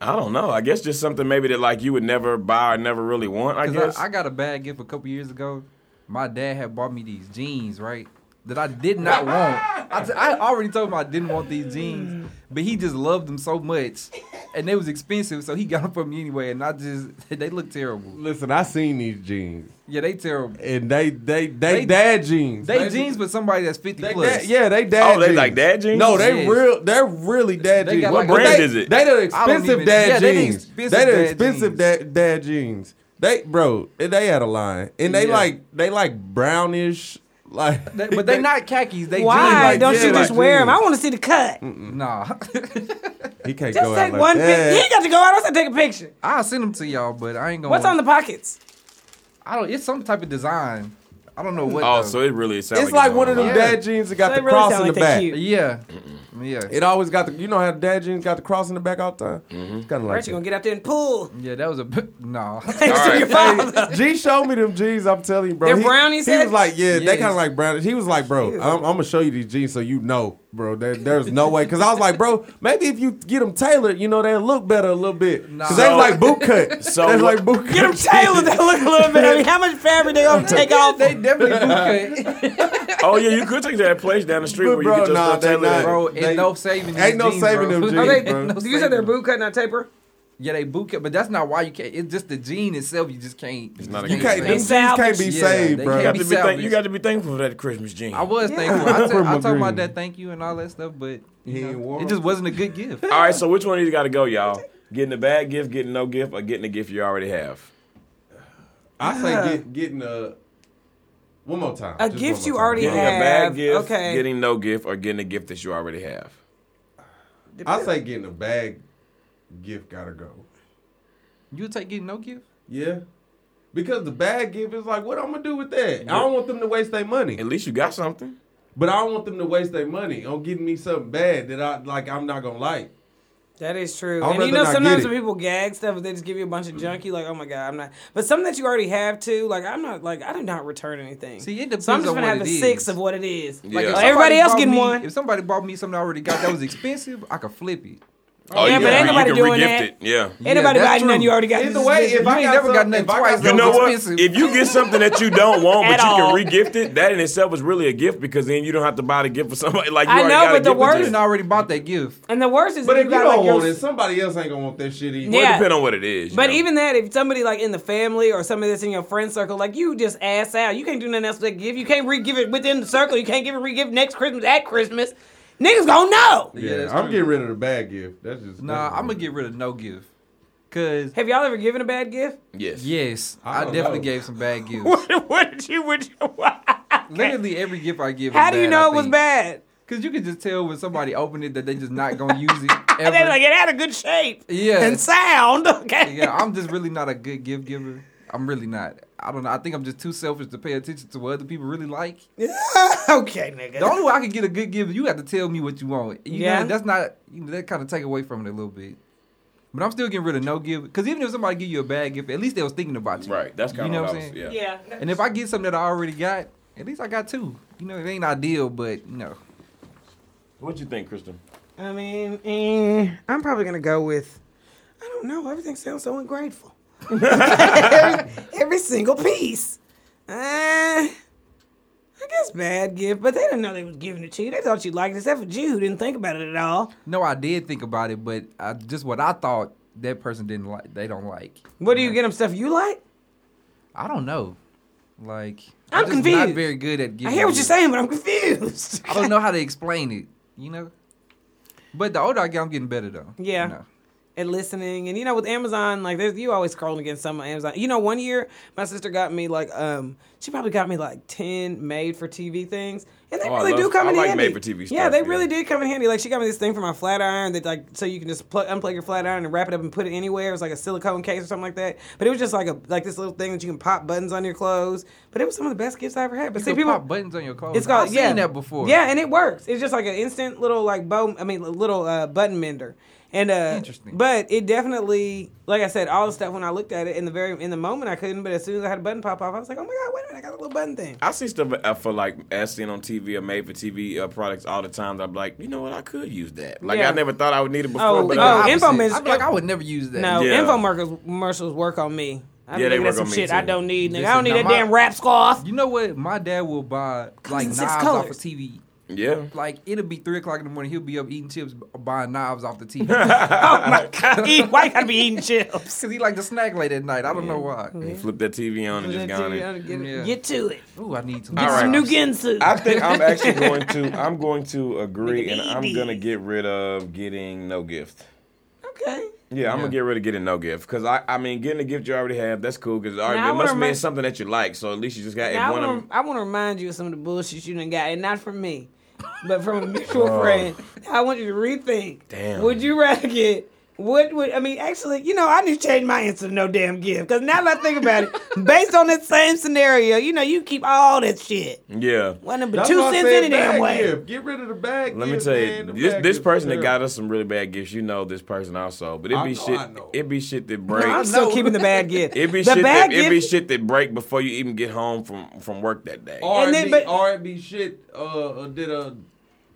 [SPEAKER 4] I don't know. I guess just something maybe that like you would never buy or never really want. I
[SPEAKER 3] Because
[SPEAKER 4] guess.
[SPEAKER 3] I, I got a bad gift a couple years ago. My dad had bought me these jeans, right? That I did not want. I, t- I already told him I didn't want these jeans, but he just loved them so much, and they was expensive, so he got them for me anyway. And I just they look terrible.
[SPEAKER 2] Listen, I seen these jeans,
[SPEAKER 3] Yeah, they terrible.
[SPEAKER 2] and they they they,
[SPEAKER 3] They-
[SPEAKER 2] dad jeans.
[SPEAKER 3] They jeans, but somebody that's fifty
[SPEAKER 2] They
[SPEAKER 3] plus.
[SPEAKER 2] dad- yeah, they dad.
[SPEAKER 4] Oh, they
[SPEAKER 2] jeans.
[SPEAKER 4] like dad jeans?
[SPEAKER 2] No, they
[SPEAKER 3] Yes.
[SPEAKER 2] real. They're really dad
[SPEAKER 3] They
[SPEAKER 2] jeans.
[SPEAKER 3] got What like-
[SPEAKER 2] But
[SPEAKER 4] brand
[SPEAKER 2] they-
[SPEAKER 4] is it?
[SPEAKER 2] They the
[SPEAKER 3] I don't
[SPEAKER 2] expensive
[SPEAKER 3] even-
[SPEAKER 2] dad
[SPEAKER 3] yeah, they the
[SPEAKER 2] jeans. They
[SPEAKER 3] expensive
[SPEAKER 2] the
[SPEAKER 3] dad
[SPEAKER 2] expensive
[SPEAKER 3] jeans.
[SPEAKER 2] dad dad jeans. They bro, they had a line, and they
[SPEAKER 3] Yeah.
[SPEAKER 2] like they like brownish like.
[SPEAKER 3] They- but they not khakis. They jeans.
[SPEAKER 1] Why
[SPEAKER 3] like
[SPEAKER 1] don't
[SPEAKER 2] yeah,
[SPEAKER 1] you
[SPEAKER 2] like
[SPEAKER 1] just wear them?
[SPEAKER 2] jeans.
[SPEAKER 1] I want to see the cut.
[SPEAKER 3] Nah,
[SPEAKER 2] He can't
[SPEAKER 1] Just
[SPEAKER 2] Mm, go
[SPEAKER 1] take
[SPEAKER 2] out
[SPEAKER 1] one
[SPEAKER 2] like
[SPEAKER 1] picture.
[SPEAKER 2] that.
[SPEAKER 1] You ain't got to go out. I said take a picture.
[SPEAKER 3] I'll send them to y'all, but I ain't gonna.
[SPEAKER 1] What's on the pockets?
[SPEAKER 3] I don't. It's some type of design. I don't know what.
[SPEAKER 4] oh,
[SPEAKER 3] though.
[SPEAKER 4] so it really sounds.
[SPEAKER 2] It's like one of them
[SPEAKER 3] Yeah.
[SPEAKER 2] dad jeans that got
[SPEAKER 1] They
[SPEAKER 2] the
[SPEAKER 1] really
[SPEAKER 2] cross
[SPEAKER 1] sound
[SPEAKER 2] in
[SPEAKER 1] like
[SPEAKER 2] the
[SPEAKER 1] they
[SPEAKER 2] back.
[SPEAKER 1] cute.
[SPEAKER 3] yeah, yeah,
[SPEAKER 2] It always got the you know how dad jeans got the cross in the back all the time.
[SPEAKER 3] Mm-hmm.
[SPEAKER 2] It's kind of like
[SPEAKER 1] Aren't you gonna get out there and pull?
[SPEAKER 3] yeah. That was a b- no.
[SPEAKER 1] Thanks to
[SPEAKER 4] right.
[SPEAKER 1] your father.
[SPEAKER 2] that. G showed me them jeans. I'm telling you, bro.
[SPEAKER 1] They're
[SPEAKER 2] He-
[SPEAKER 1] brown, he
[SPEAKER 2] He
[SPEAKER 1] said?
[SPEAKER 2] was like, yeah, they
[SPEAKER 3] Yes.
[SPEAKER 2] kind of like brown. He was like, bro, I'm, I'm gonna show you these jeans so you know, bro. There, there's no way because I was like, bro, maybe if you get them tailored, you know, they'll look better a little bit. Because they
[SPEAKER 4] Nah.
[SPEAKER 2] was like boot cut.
[SPEAKER 4] So
[SPEAKER 2] So they was
[SPEAKER 4] what-
[SPEAKER 2] like boot cut.
[SPEAKER 1] Get them tailored. They look a little bit. I mean, how much fabric they gonna take off?
[SPEAKER 3] they definitely boot cut,
[SPEAKER 4] Oh yeah, you could take that place down the street
[SPEAKER 2] But
[SPEAKER 4] where
[SPEAKER 2] bro,
[SPEAKER 4] you could just
[SPEAKER 2] nah,
[SPEAKER 4] nah,
[SPEAKER 2] they
[SPEAKER 4] tell
[SPEAKER 2] not.
[SPEAKER 4] that.
[SPEAKER 3] bro. Ain't
[SPEAKER 2] They-
[SPEAKER 3] no saving. these
[SPEAKER 2] ain't no
[SPEAKER 3] jeans,
[SPEAKER 2] saving
[SPEAKER 3] bro.
[SPEAKER 2] them jeans,
[SPEAKER 1] Are they,
[SPEAKER 2] bro.
[SPEAKER 3] No
[SPEAKER 1] you said they're
[SPEAKER 3] saving.
[SPEAKER 1] boot cut, not taper.
[SPEAKER 3] Yeah, they boot cut, but that's not why you can't. It's just the gene itself. You just can't. It's
[SPEAKER 4] not a
[SPEAKER 2] You
[SPEAKER 4] good
[SPEAKER 2] can't. Them
[SPEAKER 1] They
[SPEAKER 2] jeans
[SPEAKER 1] salvaged.
[SPEAKER 2] can't be
[SPEAKER 3] Yeah,
[SPEAKER 2] saved,
[SPEAKER 3] they
[SPEAKER 4] You
[SPEAKER 2] bro.
[SPEAKER 4] got,
[SPEAKER 3] can't
[SPEAKER 4] to
[SPEAKER 3] be
[SPEAKER 4] be thank-
[SPEAKER 3] salvaged.
[SPEAKER 4] you got to be thankful for that Christmas jean.
[SPEAKER 3] I
[SPEAKER 4] All
[SPEAKER 3] was thankful. I, said, I
[SPEAKER 2] Grandma
[SPEAKER 3] told my
[SPEAKER 2] Green.
[SPEAKER 3] dad thank you and all that stuff, but you
[SPEAKER 2] He
[SPEAKER 3] know,
[SPEAKER 2] ain't wore
[SPEAKER 3] it just wasn't a good gift.
[SPEAKER 4] right, so which one of you got to go, y'all? Getting a bad gift, getting no gift, or getting a gift you already have?
[SPEAKER 2] I say get, getting a one more time.
[SPEAKER 1] A
[SPEAKER 2] Just
[SPEAKER 1] gift
[SPEAKER 2] one
[SPEAKER 1] you
[SPEAKER 2] more time.
[SPEAKER 1] already
[SPEAKER 4] Getting
[SPEAKER 1] have.
[SPEAKER 4] a bad gift,
[SPEAKER 1] okay.
[SPEAKER 4] getting no gift, or getting a gift that you already have.
[SPEAKER 2] I say getting a bag gift gotta go.
[SPEAKER 3] You would take getting no gift.
[SPEAKER 2] Yeah. Because the bag gift is like, what I'm gonna do with that? I don't want them to waste their money,
[SPEAKER 4] At least you got something.
[SPEAKER 2] but I don't want them to waste their money on getting me something bad that I like. I'm not gonna like.
[SPEAKER 1] That is true.
[SPEAKER 2] I'd
[SPEAKER 1] And you
[SPEAKER 2] rather
[SPEAKER 1] know,
[SPEAKER 2] not get
[SPEAKER 1] sometimes
[SPEAKER 2] it.
[SPEAKER 1] when people gag stuff, they just give you a bunch of junk. You like, oh my god, I'm not. But something that you already have too, like I'm not. Like I did not return anything.
[SPEAKER 3] See, it depends
[SPEAKER 1] So I'm just
[SPEAKER 3] on
[SPEAKER 1] gonna
[SPEAKER 3] what
[SPEAKER 1] have a
[SPEAKER 3] it
[SPEAKER 1] six
[SPEAKER 3] is.
[SPEAKER 1] of what it is.
[SPEAKER 4] Yeah.
[SPEAKER 3] if
[SPEAKER 1] Like, everybody
[SPEAKER 3] somebody
[SPEAKER 1] else
[SPEAKER 3] bought
[SPEAKER 1] getting
[SPEAKER 3] me-
[SPEAKER 1] one.
[SPEAKER 3] If somebody bought me something I already got that was expensive, I could flip it.
[SPEAKER 4] Oh,
[SPEAKER 1] Yeah,
[SPEAKER 4] you
[SPEAKER 1] but
[SPEAKER 4] can,
[SPEAKER 1] ain't
[SPEAKER 4] you
[SPEAKER 1] nobody
[SPEAKER 4] can
[SPEAKER 1] doing
[SPEAKER 4] re-gift
[SPEAKER 1] that.
[SPEAKER 4] it. Yeah.
[SPEAKER 1] Ain't nobody
[SPEAKER 3] that's
[SPEAKER 1] buying nothing
[SPEAKER 3] true.
[SPEAKER 1] you already got.
[SPEAKER 2] Either
[SPEAKER 1] This is
[SPEAKER 2] way,
[SPEAKER 1] just-
[SPEAKER 2] if
[SPEAKER 3] You
[SPEAKER 2] I
[SPEAKER 3] ain't
[SPEAKER 2] got
[SPEAKER 3] never got
[SPEAKER 2] something-
[SPEAKER 3] nothing
[SPEAKER 2] if I
[SPEAKER 3] twice,
[SPEAKER 2] got
[SPEAKER 3] though.
[SPEAKER 4] You know what?
[SPEAKER 3] expensive.
[SPEAKER 4] If you get something that you don't want,
[SPEAKER 1] At
[SPEAKER 4] but you
[SPEAKER 1] all.
[SPEAKER 4] can re-gift it, that in itself is really a gift because then you don't have to buy the gift for somebody. Like you
[SPEAKER 1] I
[SPEAKER 4] already
[SPEAKER 1] know,
[SPEAKER 4] got
[SPEAKER 1] but
[SPEAKER 4] a
[SPEAKER 1] the
[SPEAKER 4] gift with
[SPEAKER 1] worst-
[SPEAKER 4] you.
[SPEAKER 3] You already bought that gift.
[SPEAKER 1] and the worst is
[SPEAKER 2] But if you
[SPEAKER 1] you got
[SPEAKER 2] don't
[SPEAKER 1] like your-
[SPEAKER 2] want it, somebody else ain't gonna want that shit either.
[SPEAKER 4] Well,
[SPEAKER 1] Yeah.
[SPEAKER 4] it depends on what it is. you
[SPEAKER 1] But
[SPEAKER 4] know.
[SPEAKER 1] even that, if somebody like in the family or somebody that's in your friend circle, like you just ass out. You can't do nothing else but give. You can't re-give it within the circle. You can't give it re-give next Christmas at Christmas. Niggas gonna know.
[SPEAKER 2] Yeah,
[SPEAKER 3] that's
[SPEAKER 2] I'm
[SPEAKER 3] true.
[SPEAKER 2] getting rid of the bad gift. That's just
[SPEAKER 3] Nah, I'm gonna get rid of no gift. Cause
[SPEAKER 1] Have y'all ever given a bad gift?
[SPEAKER 4] yes,
[SPEAKER 3] yes,
[SPEAKER 2] I
[SPEAKER 3] I,
[SPEAKER 2] don't
[SPEAKER 3] definitely
[SPEAKER 2] know.
[SPEAKER 3] gave some bad gifts.
[SPEAKER 1] what did you? What you
[SPEAKER 3] Literally every gift I give.
[SPEAKER 1] How
[SPEAKER 3] is
[SPEAKER 1] do you
[SPEAKER 3] bad,
[SPEAKER 1] know
[SPEAKER 3] I
[SPEAKER 1] it was
[SPEAKER 3] think.
[SPEAKER 1] bad?
[SPEAKER 3] Cause you can just tell when somebody opened it that they just not gonna use it
[SPEAKER 1] And
[SPEAKER 3] ever.
[SPEAKER 1] then like it had a good shape.
[SPEAKER 3] Yeah.
[SPEAKER 1] And sound. Okay.
[SPEAKER 3] yeah, I'm just really not a good gift giver. I'm really not. I don't know. I think I'm just too selfish to pay attention to what other people really like.
[SPEAKER 1] okay, nigga.
[SPEAKER 3] The only way I can get a good gift, you have to tell me what you want. You
[SPEAKER 1] Yeah.
[SPEAKER 3] know, that's not you know, that kind of take away from it a little bit. But I'm still getting rid of no gift because even if somebody give you a bad gift, at least they was thinking about you.
[SPEAKER 4] right. That's kind
[SPEAKER 3] You know
[SPEAKER 4] of
[SPEAKER 3] what
[SPEAKER 4] what I
[SPEAKER 3] I'm
[SPEAKER 4] was. Yeah.
[SPEAKER 1] yeah.
[SPEAKER 3] And if I get something that I already got, at least I got two. You know, it ain't ideal, but you know,
[SPEAKER 4] What you think, Kristen?
[SPEAKER 1] I mean, eh, I'm probably gonna go with. I don't know. Everything sounds so ungrateful. every, every single piece. Uh, I guess bad gift, but they didn't know they was giving it to you. They thought you liked it, except for Jew, who didn't think about it at all.
[SPEAKER 3] no, I did think about it, but I, just what I thought that person didn't like, they don't like.
[SPEAKER 1] What do you get them stuff you like?
[SPEAKER 3] I don't know. Like
[SPEAKER 1] I'm
[SPEAKER 3] just
[SPEAKER 1] confused.
[SPEAKER 3] Not very good at
[SPEAKER 1] I
[SPEAKER 3] giving.
[SPEAKER 1] hear what you're
[SPEAKER 3] gifts.
[SPEAKER 1] saying, but I'm confused.
[SPEAKER 3] I don't know how to explain it. You know. But the older I get, I'm getting better though. you
[SPEAKER 1] Yeah.
[SPEAKER 3] know.
[SPEAKER 1] and listening. And you know, with Amazon, like there's you always scrolling against some on Amazon. You know, one year my sister got me like um she probably got me like ten made for TV things. And they
[SPEAKER 4] Oh, I
[SPEAKER 1] really do
[SPEAKER 4] love-
[SPEAKER 1] come
[SPEAKER 4] I
[SPEAKER 1] in
[SPEAKER 4] like
[SPEAKER 1] handy.
[SPEAKER 4] made-for-TV
[SPEAKER 1] Yeah,
[SPEAKER 4] stuff,
[SPEAKER 1] they
[SPEAKER 4] yeah.
[SPEAKER 1] really did come in handy. Like she got me this thing for my flat iron that like so you can just plug, unplug your flat iron and wrap it up and put it anywhere. It was like a silicone case or something like that. But it was just like a like this little thing that you can pop buttons on your clothes. But it was some of the best gifts I ever had. But
[SPEAKER 3] You
[SPEAKER 1] see
[SPEAKER 3] can
[SPEAKER 1] people
[SPEAKER 3] pop buttons on your clothes.
[SPEAKER 1] it's called
[SPEAKER 3] I've
[SPEAKER 1] yeah.
[SPEAKER 3] seen that before.
[SPEAKER 1] Yeah, and it works. It's just like an instant little like bow. I mean, a little uh, button mender. And uh,
[SPEAKER 3] Interesting.
[SPEAKER 1] But it definitely, like I said, all the stuff when I looked at it in the very in the moment I couldn't, but as soon as I had a button pop off, I was like, oh my god, wait a minute, I got a little button thing.
[SPEAKER 4] I see stuff uh, for like as seen on TV or made for TV uh, products all the time. That I'm like, you know what? I could use that. Like
[SPEAKER 1] Yeah.
[SPEAKER 4] I never thought I would need it before.
[SPEAKER 1] Oh,
[SPEAKER 4] but
[SPEAKER 1] oh,
[SPEAKER 4] I-
[SPEAKER 1] yeah.
[SPEAKER 3] Opposite.
[SPEAKER 1] infomercials-
[SPEAKER 3] I'd be like, I would never use that.
[SPEAKER 1] No,
[SPEAKER 4] Yeah.
[SPEAKER 1] infomercials commercials work on me. I
[SPEAKER 4] Yeah,
[SPEAKER 1] yeah,
[SPEAKER 4] they
[SPEAKER 1] looking at
[SPEAKER 4] work
[SPEAKER 1] some
[SPEAKER 4] on me
[SPEAKER 1] shit
[SPEAKER 4] too.
[SPEAKER 1] I don't need. Nigga, I
[SPEAKER 3] Listen,
[SPEAKER 1] don't need
[SPEAKER 3] now
[SPEAKER 1] that
[SPEAKER 3] my-
[SPEAKER 1] damn wrap scarf.
[SPEAKER 3] You know what? My dad will buy like
[SPEAKER 1] in
[SPEAKER 3] knives
[SPEAKER 1] six
[SPEAKER 3] off of
[SPEAKER 1] colors.
[SPEAKER 3] TV.
[SPEAKER 4] yeah.
[SPEAKER 3] Like it'll be three o'clock in the morning. He'll be up eating chips, b- buying knives off the TV
[SPEAKER 1] oh my god, eat, why you gotta be eating chips?
[SPEAKER 3] because he like to snack late at night. I don't know why.
[SPEAKER 4] Flip that TV on and just gone in.
[SPEAKER 1] Get,
[SPEAKER 3] Yeah.
[SPEAKER 1] get to it.
[SPEAKER 3] Ooh, I need some.
[SPEAKER 4] All right.
[SPEAKER 1] Some new Ginsu.
[SPEAKER 4] I think I'm actually going to. I'm going to agree, and I'm
[SPEAKER 1] babies.
[SPEAKER 4] gonna get rid of getting no gift.
[SPEAKER 1] okay.
[SPEAKER 4] Yeah, I'm
[SPEAKER 3] Yeah.
[SPEAKER 4] gonna get rid of getting no gift because I, I mean, getting a gift you already have that's cool because it
[SPEAKER 1] Now, I
[SPEAKER 4] already- it
[SPEAKER 1] wanna
[SPEAKER 4] must mean
[SPEAKER 1] remind-
[SPEAKER 4] something that you like. So at least you just got if
[SPEAKER 1] Now, I
[SPEAKER 4] one of
[SPEAKER 1] want
[SPEAKER 4] them.
[SPEAKER 1] to I want to remind you of some of the bullshit you done got, and not from me, but from a mutual friend. I want you to rethink.
[SPEAKER 4] Damn.
[SPEAKER 1] Would you rather get what would I mean? Actually, you know, I need to change my answer to no damn gift because now that I think about it, based on that same scenario, you know, you keep all that shit.
[SPEAKER 4] Yeah.
[SPEAKER 1] One but
[SPEAKER 2] That's
[SPEAKER 1] two
[SPEAKER 2] why I
[SPEAKER 1] cents
[SPEAKER 2] said
[SPEAKER 1] any damn
[SPEAKER 2] bad
[SPEAKER 1] way.
[SPEAKER 2] Gift. Get rid of the bad
[SPEAKER 4] Let me
[SPEAKER 2] gift.
[SPEAKER 4] tell
[SPEAKER 2] man. The
[SPEAKER 4] you, this
[SPEAKER 2] bad
[SPEAKER 4] this
[SPEAKER 2] gift
[SPEAKER 4] person
[SPEAKER 2] is
[SPEAKER 4] that got us some really bad gifts, you know this person also, but it
[SPEAKER 2] I
[SPEAKER 4] be
[SPEAKER 2] know,
[SPEAKER 4] shit.
[SPEAKER 2] I know.
[SPEAKER 4] It be shit that
[SPEAKER 1] No, I'm
[SPEAKER 4] breaks.
[SPEAKER 1] still keeping the bad gift.
[SPEAKER 4] It be
[SPEAKER 1] the
[SPEAKER 4] shit.
[SPEAKER 1] bad
[SPEAKER 4] That, it be
[SPEAKER 1] gift.
[SPEAKER 4] shit that break before you even get home from from work that day.
[SPEAKER 2] R&B,
[SPEAKER 1] And then, but-
[SPEAKER 2] R&B shit uh, uh, did a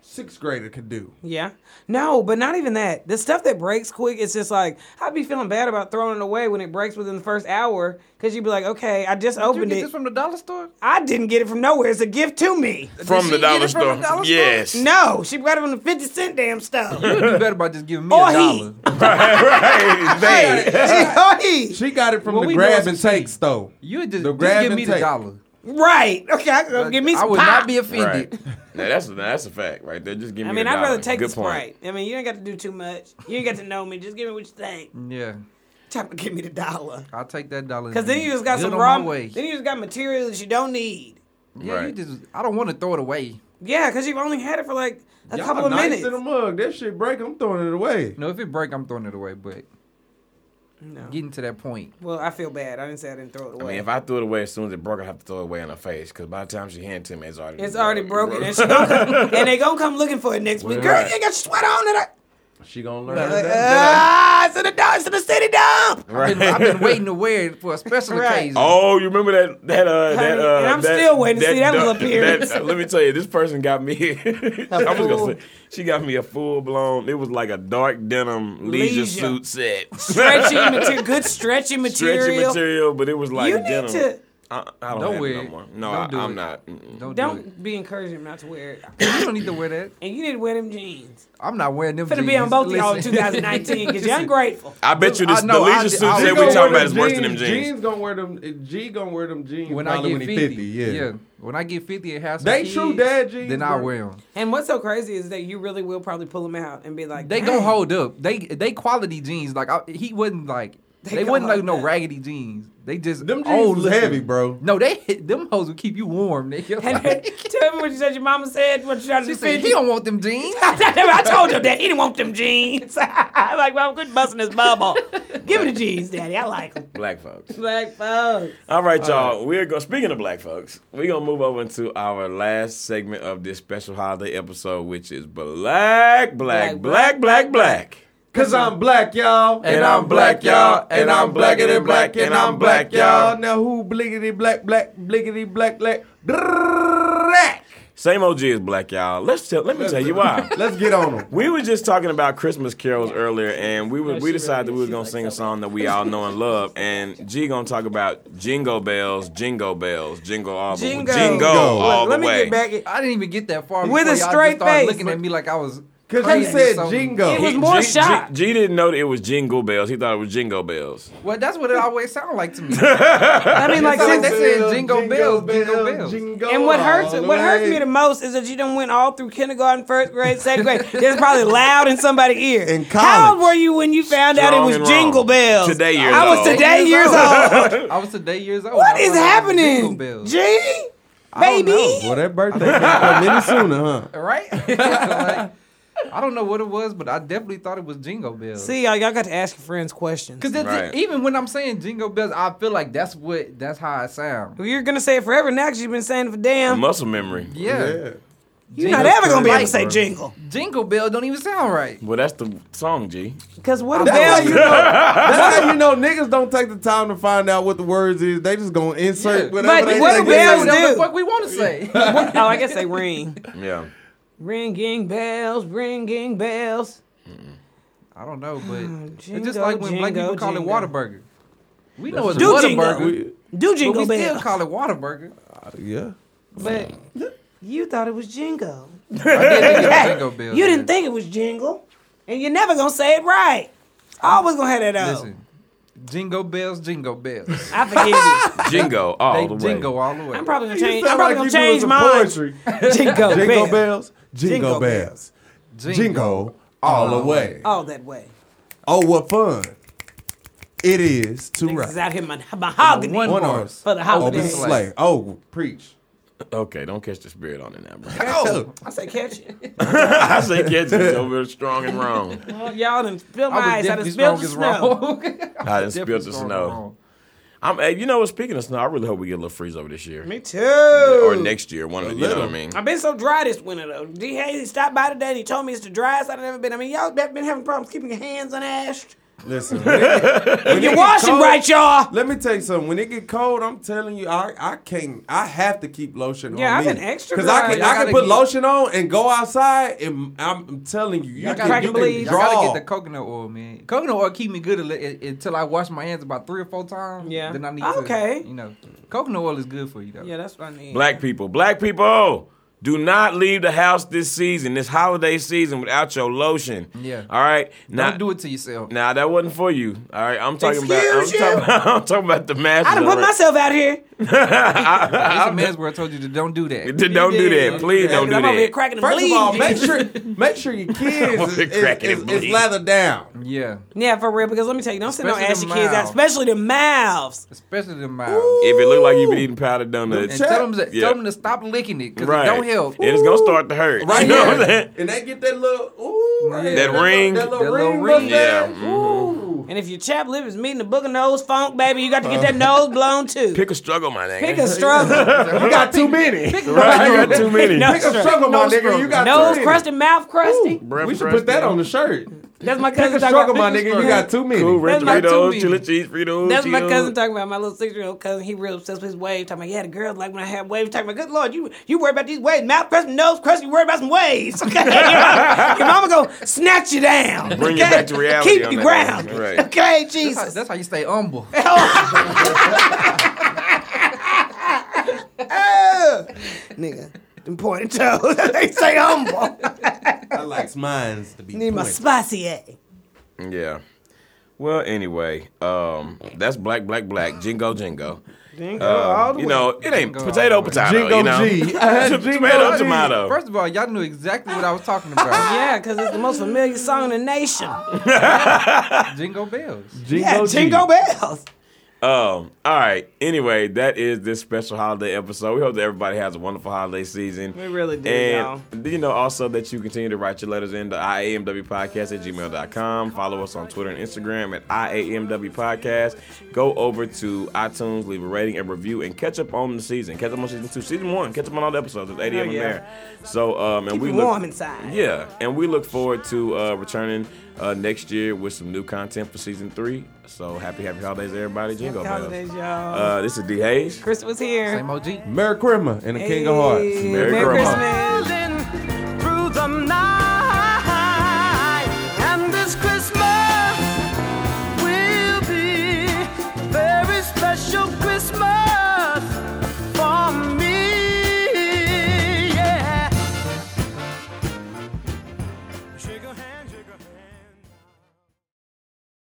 [SPEAKER 2] sixth grader could do.
[SPEAKER 1] Yeah. No, but not even that. The stuff that breaks quick, it's just like, I'd be feeling bad about throwing it away when it breaks within the first hour because you'd be like, okay, I just
[SPEAKER 3] Did you
[SPEAKER 1] opened
[SPEAKER 3] get
[SPEAKER 1] it.
[SPEAKER 3] this from the dollar store?
[SPEAKER 1] I didn't get it from nowhere. It's a gift to me.
[SPEAKER 4] From
[SPEAKER 3] she
[SPEAKER 4] the
[SPEAKER 3] get
[SPEAKER 4] dollar
[SPEAKER 3] it from the
[SPEAKER 4] store.
[SPEAKER 3] dollar store?
[SPEAKER 4] yes.
[SPEAKER 1] No, she got it from the 50 cent damn stuff.
[SPEAKER 3] You'd do better by just giving me
[SPEAKER 1] Or
[SPEAKER 3] a
[SPEAKER 1] Oh, he.
[SPEAKER 3] dollar.
[SPEAKER 4] right. They.
[SPEAKER 2] She got it from
[SPEAKER 3] Well,
[SPEAKER 2] the
[SPEAKER 3] we know
[SPEAKER 2] grab
[SPEAKER 3] it's
[SPEAKER 2] and take though.
[SPEAKER 3] You would just,
[SPEAKER 2] The
[SPEAKER 3] just
[SPEAKER 2] grab
[SPEAKER 3] give
[SPEAKER 2] and
[SPEAKER 3] me the
[SPEAKER 2] take.
[SPEAKER 3] dollar.
[SPEAKER 1] right. Okay, I, go give me
[SPEAKER 3] I
[SPEAKER 1] some
[SPEAKER 3] would
[SPEAKER 1] pop.
[SPEAKER 3] not be offended.
[SPEAKER 4] Right. now that's now that's a fact right there. Just give me.
[SPEAKER 1] I mean,
[SPEAKER 4] the
[SPEAKER 1] I'd rather
[SPEAKER 4] dollar.
[SPEAKER 1] take
[SPEAKER 4] Good
[SPEAKER 1] the
[SPEAKER 4] point.
[SPEAKER 1] Sprite. I mean, you ain't got to do too much. You ain't got to know me. Just give me what you think.
[SPEAKER 3] Yeah,
[SPEAKER 1] Time to give me the dollar.
[SPEAKER 3] I'll take that dollar.
[SPEAKER 1] Because then you just got
[SPEAKER 3] Good
[SPEAKER 1] some
[SPEAKER 3] on
[SPEAKER 1] raw.
[SPEAKER 3] my way.
[SPEAKER 1] Then you just got material that you don't need.
[SPEAKER 3] yeah, you
[SPEAKER 4] Right.
[SPEAKER 3] just. I don't want to throw it away.
[SPEAKER 1] Yeah, because you've only had it for like a
[SPEAKER 2] Y'all
[SPEAKER 1] couple of
[SPEAKER 2] nice
[SPEAKER 1] minutes.
[SPEAKER 2] in the mug. That shit break. I'm throwing it away.
[SPEAKER 3] No, if it break, I'm throwing it away. But
[SPEAKER 1] No.
[SPEAKER 3] getting to that point,
[SPEAKER 1] Well, I feel bad. I didn't say I didn't throw it
[SPEAKER 4] I
[SPEAKER 1] away.
[SPEAKER 4] mean, if I threw it away as soon as it broke, I have to throw it away in her face because by the time she handed it to me, it's already
[SPEAKER 1] it's already broken, and, she gonna come, and they gonna come looking for it next week. Girl,
[SPEAKER 4] Right.
[SPEAKER 1] you ain't got your sweat on. And I,
[SPEAKER 2] She gonna learn.
[SPEAKER 1] Like, ah, it's in the dump. It's in the city dump.
[SPEAKER 3] I've, been, I've been waiting to wear it for a special
[SPEAKER 1] Right.
[SPEAKER 3] occasion.
[SPEAKER 4] Oh, you remember that that uh that uh
[SPEAKER 1] and I'm
[SPEAKER 4] that-
[SPEAKER 1] still waiting to see that little appearance.
[SPEAKER 4] that- let me tell you, this person got me. I was
[SPEAKER 1] full-
[SPEAKER 4] gonna say she got me a full blown. It was like a dark denim leisure,
[SPEAKER 1] Leisure.
[SPEAKER 4] suit set,
[SPEAKER 1] Stretchy material. Good stretchy material.
[SPEAKER 4] stretchy material, but it was like
[SPEAKER 1] You need
[SPEAKER 4] denim.
[SPEAKER 1] to-
[SPEAKER 4] I, I don't
[SPEAKER 3] Don't
[SPEAKER 4] have
[SPEAKER 3] wear
[SPEAKER 4] it no
[SPEAKER 3] it.
[SPEAKER 4] more. No,
[SPEAKER 3] Don't do
[SPEAKER 4] I, I'm
[SPEAKER 3] it.
[SPEAKER 4] not. mm-mm.
[SPEAKER 3] Don't, do it.
[SPEAKER 1] Don't be encouraging him not to wear it.
[SPEAKER 3] You don't need to wear that.
[SPEAKER 1] And you need to wear them jeans.
[SPEAKER 3] I'm not wearing them.
[SPEAKER 1] Finna be on
[SPEAKER 3] jeans.
[SPEAKER 1] both of y'all in
[SPEAKER 3] Listen.
[SPEAKER 1] 2019 because you're ungrateful.
[SPEAKER 4] I bet you this,
[SPEAKER 3] I know,
[SPEAKER 4] the
[SPEAKER 3] I
[SPEAKER 4] leisure
[SPEAKER 3] did-
[SPEAKER 4] suits
[SPEAKER 3] I
[SPEAKER 4] that
[SPEAKER 3] was
[SPEAKER 4] we
[SPEAKER 3] gonna
[SPEAKER 4] talking
[SPEAKER 3] wear
[SPEAKER 4] about is worse than them jeans.
[SPEAKER 2] Jeans gonna wear them. eh, G gonna wear them jeans
[SPEAKER 3] When I
[SPEAKER 2] probably
[SPEAKER 3] get
[SPEAKER 2] when
[SPEAKER 3] 50,
[SPEAKER 2] he 50. Yeah.
[SPEAKER 3] When I get 50 and have some
[SPEAKER 2] They
[SPEAKER 3] kids,
[SPEAKER 2] true dad jeans,
[SPEAKER 3] Then I'll
[SPEAKER 2] bro.
[SPEAKER 3] wear them.
[SPEAKER 1] And what's so crazy is that you really will probably pull them out and be like,
[SPEAKER 3] They
[SPEAKER 1] "Dang."
[SPEAKER 3] gonna hold up. They they quality jeans. Like I, he wasn't like
[SPEAKER 1] They
[SPEAKER 3] they,
[SPEAKER 1] gonna
[SPEAKER 3] wasn't like
[SPEAKER 1] hold
[SPEAKER 3] no
[SPEAKER 1] up.
[SPEAKER 3] raggedy jeans. They just
[SPEAKER 2] Them jeans
[SPEAKER 3] old
[SPEAKER 2] was
[SPEAKER 3] looking.
[SPEAKER 2] heavy, bro.
[SPEAKER 3] No, they them hoes will keep you warm, nigga.
[SPEAKER 1] And then-
[SPEAKER 3] Like,
[SPEAKER 1] tell me what you said. Your mama said what you tried to
[SPEAKER 3] she
[SPEAKER 1] do.
[SPEAKER 3] said he don't want them jeans.
[SPEAKER 1] I told him that he didn't want them jeans. I'm like, well, quit busting his bubble. Give me the jeans, daddy. I like them.
[SPEAKER 4] Black folks.
[SPEAKER 1] Black folks.
[SPEAKER 4] All right, y'all. We're going. Speaking of black folks, we're gonna move over into our last segment of this special holiday episode, which is black, black,
[SPEAKER 1] Black,
[SPEAKER 4] black, black, black.
[SPEAKER 2] Cause I'm black, y'all.
[SPEAKER 3] And I'm black, y'all.
[SPEAKER 4] And I'm blacker than black. And I'm black, y'all.
[SPEAKER 2] Now who bliggity black, black, bliggity black, black, black.
[SPEAKER 4] Same OG is black, y'all. Let's tell. Let me tell you why.
[SPEAKER 2] Let's get on them.
[SPEAKER 4] We were just talking about Christmas carols earlier, and we were,
[SPEAKER 1] she
[SPEAKER 4] we
[SPEAKER 1] really
[SPEAKER 4] decided that we
[SPEAKER 1] is.
[SPEAKER 4] were
[SPEAKER 1] She
[SPEAKER 4] gonna
[SPEAKER 1] likes
[SPEAKER 4] sing a
[SPEAKER 1] that
[SPEAKER 4] song that we all know and love. And G gonna talk about jingle bells, jingle bells, jingle all the
[SPEAKER 1] Jingo.
[SPEAKER 4] jingle
[SPEAKER 2] Look,
[SPEAKER 4] all
[SPEAKER 1] Let
[SPEAKER 4] the
[SPEAKER 1] me
[SPEAKER 4] way.
[SPEAKER 1] get back. It
[SPEAKER 3] I didn't even get that far.
[SPEAKER 1] With
[SPEAKER 3] before
[SPEAKER 1] a
[SPEAKER 3] y'all just
[SPEAKER 1] straight
[SPEAKER 3] started
[SPEAKER 1] face.
[SPEAKER 3] looking at me like I was.
[SPEAKER 2] Cause he
[SPEAKER 3] crazy or
[SPEAKER 2] said
[SPEAKER 3] something.
[SPEAKER 1] It
[SPEAKER 2] jingo.
[SPEAKER 1] was- more
[SPEAKER 4] G,
[SPEAKER 1] shocked.
[SPEAKER 4] G, G didn't know that it was jingle bells. He thought it was jingo bells.
[SPEAKER 3] Well, that's what it always sounds like to me.
[SPEAKER 1] I mean, like,
[SPEAKER 3] It's
[SPEAKER 1] since
[SPEAKER 3] like they said jingle bells, jingle bells.
[SPEAKER 2] jingle
[SPEAKER 1] And what hurts
[SPEAKER 2] all the
[SPEAKER 1] what hurts
[SPEAKER 2] way.
[SPEAKER 1] me the most is that you done went all through kindergarten, first grade, second grade. It's probably loud in somebody's ear.
[SPEAKER 2] In
[SPEAKER 1] How old
[SPEAKER 2] college.
[SPEAKER 1] were you when you found out
[SPEAKER 4] Strong
[SPEAKER 1] it was
[SPEAKER 4] and wrong.
[SPEAKER 1] jingle bells?
[SPEAKER 4] Today years
[SPEAKER 1] I was
[SPEAKER 4] old.
[SPEAKER 1] today
[SPEAKER 3] Years
[SPEAKER 1] years
[SPEAKER 3] old.
[SPEAKER 1] old.
[SPEAKER 3] I was today years old.
[SPEAKER 1] What
[SPEAKER 3] I
[SPEAKER 1] is
[SPEAKER 3] was like, jingle
[SPEAKER 1] happening?
[SPEAKER 3] bells.
[SPEAKER 1] G?
[SPEAKER 3] don't
[SPEAKER 1] Baby?
[SPEAKER 2] Well, Oh, that birthday can't come any sooner, huh?
[SPEAKER 3] right? Like, I don't know what it was, but I definitely thought it was Jingle Bells.
[SPEAKER 1] See, y'all, y'all got to ask your friends questions.
[SPEAKER 3] because
[SPEAKER 4] Right.
[SPEAKER 3] even when I'm saying Jingle Bells, I feel like that's what that's how I sound.
[SPEAKER 1] You're going to say it forever now 'cause you've been saying it for damn.
[SPEAKER 4] Muscle memory.
[SPEAKER 3] Yeah,
[SPEAKER 1] You're not
[SPEAKER 3] Jingle's
[SPEAKER 1] ever going to be able to
[SPEAKER 3] correct,
[SPEAKER 1] say
[SPEAKER 3] bro.
[SPEAKER 1] jingle.
[SPEAKER 3] Jingle Bell don't even sound right.
[SPEAKER 4] Well, that's the song, G.
[SPEAKER 1] Because what a
[SPEAKER 2] That's
[SPEAKER 1] bell
[SPEAKER 2] how you know. That's how you know niggas don't take the time to find out what the words is. They just gonna insert
[SPEAKER 3] Yeah.
[SPEAKER 2] whatever
[SPEAKER 1] But
[SPEAKER 2] they
[SPEAKER 1] what
[SPEAKER 2] think
[SPEAKER 1] do
[SPEAKER 2] it
[SPEAKER 1] bells
[SPEAKER 2] is.
[SPEAKER 1] do?
[SPEAKER 3] Whatever the fuck we want to say.
[SPEAKER 1] Oh, I guess they ring.
[SPEAKER 4] Yeah.
[SPEAKER 1] Ringing bells, ringing bells.
[SPEAKER 3] I don't know,
[SPEAKER 1] Jingle,
[SPEAKER 3] but it's just like when black
[SPEAKER 1] jingle,
[SPEAKER 3] people call
[SPEAKER 1] jingle.
[SPEAKER 3] it Waterburger. We know it's
[SPEAKER 1] Do
[SPEAKER 3] Waterburger,
[SPEAKER 1] jingle. Do
[SPEAKER 3] but
[SPEAKER 1] jingle
[SPEAKER 3] we
[SPEAKER 1] bells.
[SPEAKER 3] still call it Waterburger.
[SPEAKER 2] Yeah.
[SPEAKER 1] But you thought it was jingle.
[SPEAKER 3] I did think it was Jingle Bells.
[SPEAKER 1] You didn't think it was jingle, and you're never gonna say it right. Always gonna have that out.
[SPEAKER 3] Listen, Jingle Bells, Jingle Bells.
[SPEAKER 1] I forgive you.
[SPEAKER 4] Jingo all
[SPEAKER 3] They
[SPEAKER 4] the way.
[SPEAKER 3] jingle all the way.
[SPEAKER 1] I'm probably gonna
[SPEAKER 2] You
[SPEAKER 1] change. I'm
[SPEAKER 2] sound
[SPEAKER 1] probably
[SPEAKER 2] like
[SPEAKER 1] gonna
[SPEAKER 2] you doing
[SPEAKER 1] change
[SPEAKER 2] some
[SPEAKER 1] mine.
[SPEAKER 2] poetry.
[SPEAKER 1] Jingle,
[SPEAKER 2] Jingle
[SPEAKER 1] bell.
[SPEAKER 2] bells, jingle
[SPEAKER 1] Jingle
[SPEAKER 2] bells,
[SPEAKER 3] Jingle.
[SPEAKER 2] jingle all the way.
[SPEAKER 1] All that way.
[SPEAKER 2] Oh, what fun it is to
[SPEAKER 1] This is
[SPEAKER 2] ride
[SPEAKER 1] out here my mahogany
[SPEAKER 3] One
[SPEAKER 2] on
[SPEAKER 3] horse.
[SPEAKER 2] horse
[SPEAKER 1] for the
[SPEAKER 2] open
[SPEAKER 1] holidays.
[SPEAKER 3] sleigh.
[SPEAKER 2] sleigh. Oh, preach.
[SPEAKER 4] Okay, don't catch the spirit on it now, bro.
[SPEAKER 2] Oh,
[SPEAKER 1] I say catch it.
[SPEAKER 4] I say catch it over strong and wrong.
[SPEAKER 1] Well, y'all done spilled my
[SPEAKER 3] I was
[SPEAKER 1] eyes. I done
[SPEAKER 3] definitely
[SPEAKER 1] spilled
[SPEAKER 3] strong
[SPEAKER 1] the
[SPEAKER 3] as
[SPEAKER 1] snow.
[SPEAKER 3] wrong.
[SPEAKER 4] I done spilled
[SPEAKER 3] Definitely
[SPEAKER 4] the
[SPEAKER 3] strong
[SPEAKER 4] snow.
[SPEAKER 3] as wrong.
[SPEAKER 4] I'm, hey, you know what? Speaking of snow, I really hope we get a little freeze over this year
[SPEAKER 1] Me too.
[SPEAKER 4] or next year. One of you know what I
[SPEAKER 2] little.
[SPEAKER 4] mean.
[SPEAKER 1] I've been so dry this winter though. D Haley stopped by today and he told me it's the driest I've ever been. I mean, y'all been having problems keeping your hands unashed.
[SPEAKER 2] listen. when it- when
[SPEAKER 1] You're
[SPEAKER 2] it
[SPEAKER 1] washing
[SPEAKER 2] cold-
[SPEAKER 1] right, y'all.
[SPEAKER 2] Let me tell you something. When it get cold, I'm telling you, I, I can't. I have to keep lotion
[SPEAKER 1] Yeah,
[SPEAKER 2] on.
[SPEAKER 1] I've
[SPEAKER 2] me.
[SPEAKER 1] been extra
[SPEAKER 2] because I
[SPEAKER 1] dry.
[SPEAKER 2] can.
[SPEAKER 1] Y'all
[SPEAKER 2] I
[SPEAKER 3] gotta
[SPEAKER 2] can put
[SPEAKER 3] get-
[SPEAKER 2] lotion on and go outside, and I'm, I'm telling you, you
[SPEAKER 1] gotta
[SPEAKER 2] can, you
[SPEAKER 1] get the-
[SPEAKER 2] can
[SPEAKER 1] y'all
[SPEAKER 3] I gotta
[SPEAKER 2] draw.
[SPEAKER 3] get the coconut oil, man. Coconut oil keep me good a li- i- until I wash my hands about three or four times.
[SPEAKER 1] Yeah.
[SPEAKER 3] Then I need
[SPEAKER 1] Okay.
[SPEAKER 3] to, you know, coconut oil is good for you though.
[SPEAKER 1] Yeah, that's what I need.
[SPEAKER 4] Black people, black people, do not leave the house this season, this holiday season, without your lotion.
[SPEAKER 3] Yeah.
[SPEAKER 4] All right.
[SPEAKER 3] Don't
[SPEAKER 4] Now,
[SPEAKER 3] do it to yourself.
[SPEAKER 4] Now that wasn't for you. All right. I'm talking
[SPEAKER 1] Excuse
[SPEAKER 4] about. I'm
[SPEAKER 1] you?
[SPEAKER 4] talking about, I'm talking about the masses.
[SPEAKER 1] I done put
[SPEAKER 4] already.
[SPEAKER 1] myself out here.
[SPEAKER 3] It's a man's where I told you to don't do that.
[SPEAKER 4] Don't do that. Please
[SPEAKER 1] Yeah, 'cause
[SPEAKER 4] don't do
[SPEAKER 1] I'm over here
[SPEAKER 4] that.
[SPEAKER 1] cracking and
[SPEAKER 2] First of
[SPEAKER 1] bleeding.
[SPEAKER 2] all, make sure make sure your
[SPEAKER 4] I'm
[SPEAKER 2] kids is,
[SPEAKER 4] gonna crack it
[SPEAKER 2] is,
[SPEAKER 4] and
[SPEAKER 2] is,
[SPEAKER 4] bleed.
[SPEAKER 2] is lathered down.
[SPEAKER 3] Yeah.
[SPEAKER 1] yeah, for real. Because let me tell you, don't send no
[SPEAKER 3] Especially
[SPEAKER 1] ashy
[SPEAKER 3] them
[SPEAKER 1] kids out,
[SPEAKER 3] mouths.
[SPEAKER 1] especially the mouths.
[SPEAKER 3] Especially the mouth.
[SPEAKER 4] If it look like you've been eating powdered
[SPEAKER 3] And
[SPEAKER 4] donuts,
[SPEAKER 2] Check.
[SPEAKER 3] tell them, to,
[SPEAKER 4] Yeah.
[SPEAKER 3] tell them to stop licking it because
[SPEAKER 4] right?
[SPEAKER 3] it don't help.
[SPEAKER 4] And it's gonna start to hurt.
[SPEAKER 2] Right
[SPEAKER 4] You know what I'm
[SPEAKER 2] here.
[SPEAKER 4] saying?
[SPEAKER 2] And they get that little ooh, right
[SPEAKER 3] Yeah.
[SPEAKER 2] here,
[SPEAKER 4] That ring.
[SPEAKER 2] little, that
[SPEAKER 3] That
[SPEAKER 2] little
[SPEAKER 3] little
[SPEAKER 2] ring,
[SPEAKER 3] ring.
[SPEAKER 4] Yeah.
[SPEAKER 2] Yeah.
[SPEAKER 4] Mhm.
[SPEAKER 2] Ooh.
[SPEAKER 1] And if your chap lip is meeting the book of nose funk, baby, you got to get that
[SPEAKER 2] Uh-huh.
[SPEAKER 1] nose blown too. Pick,
[SPEAKER 4] Pick a struggle, my nigga.
[SPEAKER 1] a struggle.
[SPEAKER 4] mm-hmm.
[SPEAKER 2] You got too many. Pick
[SPEAKER 4] Right, you got too many.
[SPEAKER 1] No.
[SPEAKER 2] a struggle, my
[SPEAKER 3] Nose
[SPEAKER 2] nigga. You got
[SPEAKER 1] nose
[SPEAKER 2] too many.
[SPEAKER 1] crusty, mouth crusty.
[SPEAKER 4] Bruh,
[SPEAKER 2] We should
[SPEAKER 4] crusty.
[SPEAKER 2] put that on the shirt.
[SPEAKER 1] That's my
[SPEAKER 2] Pick
[SPEAKER 1] cousin
[SPEAKER 2] a
[SPEAKER 1] talking about.
[SPEAKER 2] struggle, my nigga. You got too many.
[SPEAKER 4] Cool ranch
[SPEAKER 1] That's my
[SPEAKER 4] Doritos,
[SPEAKER 3] two
[SPEAKER 4] chili
[SPEAKER 3] meat.
[SPEAKER 4] cheese Fritos.
[SPEAKER 1] That's my
[SPEAKER 4] Cheetos.
[SPEAKER 1] cousin talking about my little six year old cousin. He real obsessed with his waves. Talking about, yeah, the girls like when I have waves. Talking about, good lord, you you worry about these waves. Mouth pressing, nose pressing, you worry about some waves. Okay, your mama go snatch you down.
[SPEAKER 4] Bring you
[SPEAKER 1] okay?
[SPEAKER 4] back to reality
[SPEAKER 1] Keep
[SPEAKER 4] on
[SPEAKER 1] you
[SPEAKER 4] that
[SPEAKER 1] grounded.
[SPEAKER 4] one. Right.
[SPEAKER 1] Okay,
[SPEAKER 3] That's how,
[SPEAKER 1] Jesus.
[SPEAKER 3] that's how you stay humble.
[SPEAKER 1] Nigga, them pointed toes. they say humble.
[SPEAKER 2] I likes mines to be.
[SPEAKER 1] Need my
[SPEAKER 2] pointed.
[SPEAKER 1] spacier.
[SPEAKER 4] Yeah. Well, anyway, um, that's black, black, black, jingo, jingo.
[SPEAKER 1] Jingo
[SPEAKER 4] Uh, you know, it ain't potato,
[SPEAKER 3] all the way.
[SPEAKER 4] potato.
[SPEAKER 2] Jingo
[SPEAKER 4] you know?
[SPEAKER 2] G. I had Jingo
[SPEAKER 4] tomato,
[SPEAKER 2] G.
[SPEAKER 4] tomato.
[SPEAKER 3] First of all, y'all knew exactly what I was talking about.
[SPEAKER 1] Yeah, because it's the most familiar song in the nation.
[SPEAKER 3] Jingle bells.
[SPEAKER 2] Jingo
[SPEAKER 1] Yeah,
[SPEAKER 2] G.
[SPEAKER 1] Jingle Bells.
[SPEAKER 4] Um, all right. Anyway, that is this special holiday episode. We hope that everybody has a wonderful holiday season.
[SPEAKER 1] We really do,
[SPEAKER 4] And you know also that you continue to write your letters in to IAMWpodcast at gmail.com. Follow us on Twitter and Instagram at IAMW Podcast. Go over to iTunes, leave a rating and review, and catch up on the season. Catch up on season two, season one, catch up on all the episodes. There's 80 of
[SPEAKER 1] Hell
[SPEAKER 4] them
[SPEAKER 1] yeah.
[SPEAKER 4] there. So um and
[SPEAKER 1] Keep
[SPEAKER 4] we
[SPEAKER 1] it
[SPEAKER 4] look-
[SPEAKER 1] warm inside.
[SPEAKER 4] Yeah. And we look forward to uh, returning uh, next year with some new content for season three. So happy, happy holidays, everybody. Jingle
[SPEAKER 1] Happy
[SPEAKER 4] bells.
[SPEAKER 1] holidays, y'all.
[SPEAKER 4] Uh, this is D. Hayes.
[SPEAKER 1] Christmas here.
[SPEAKER 3] Same OG.
[SPEAKER 2] Merry Christmas and the King of Hearts.
[SPEAKER 1] Hey, Merry,
[SPEAKER 4] Merry
[SPEAKER 1] Christmas.
[SPEAKER 4] Christmas.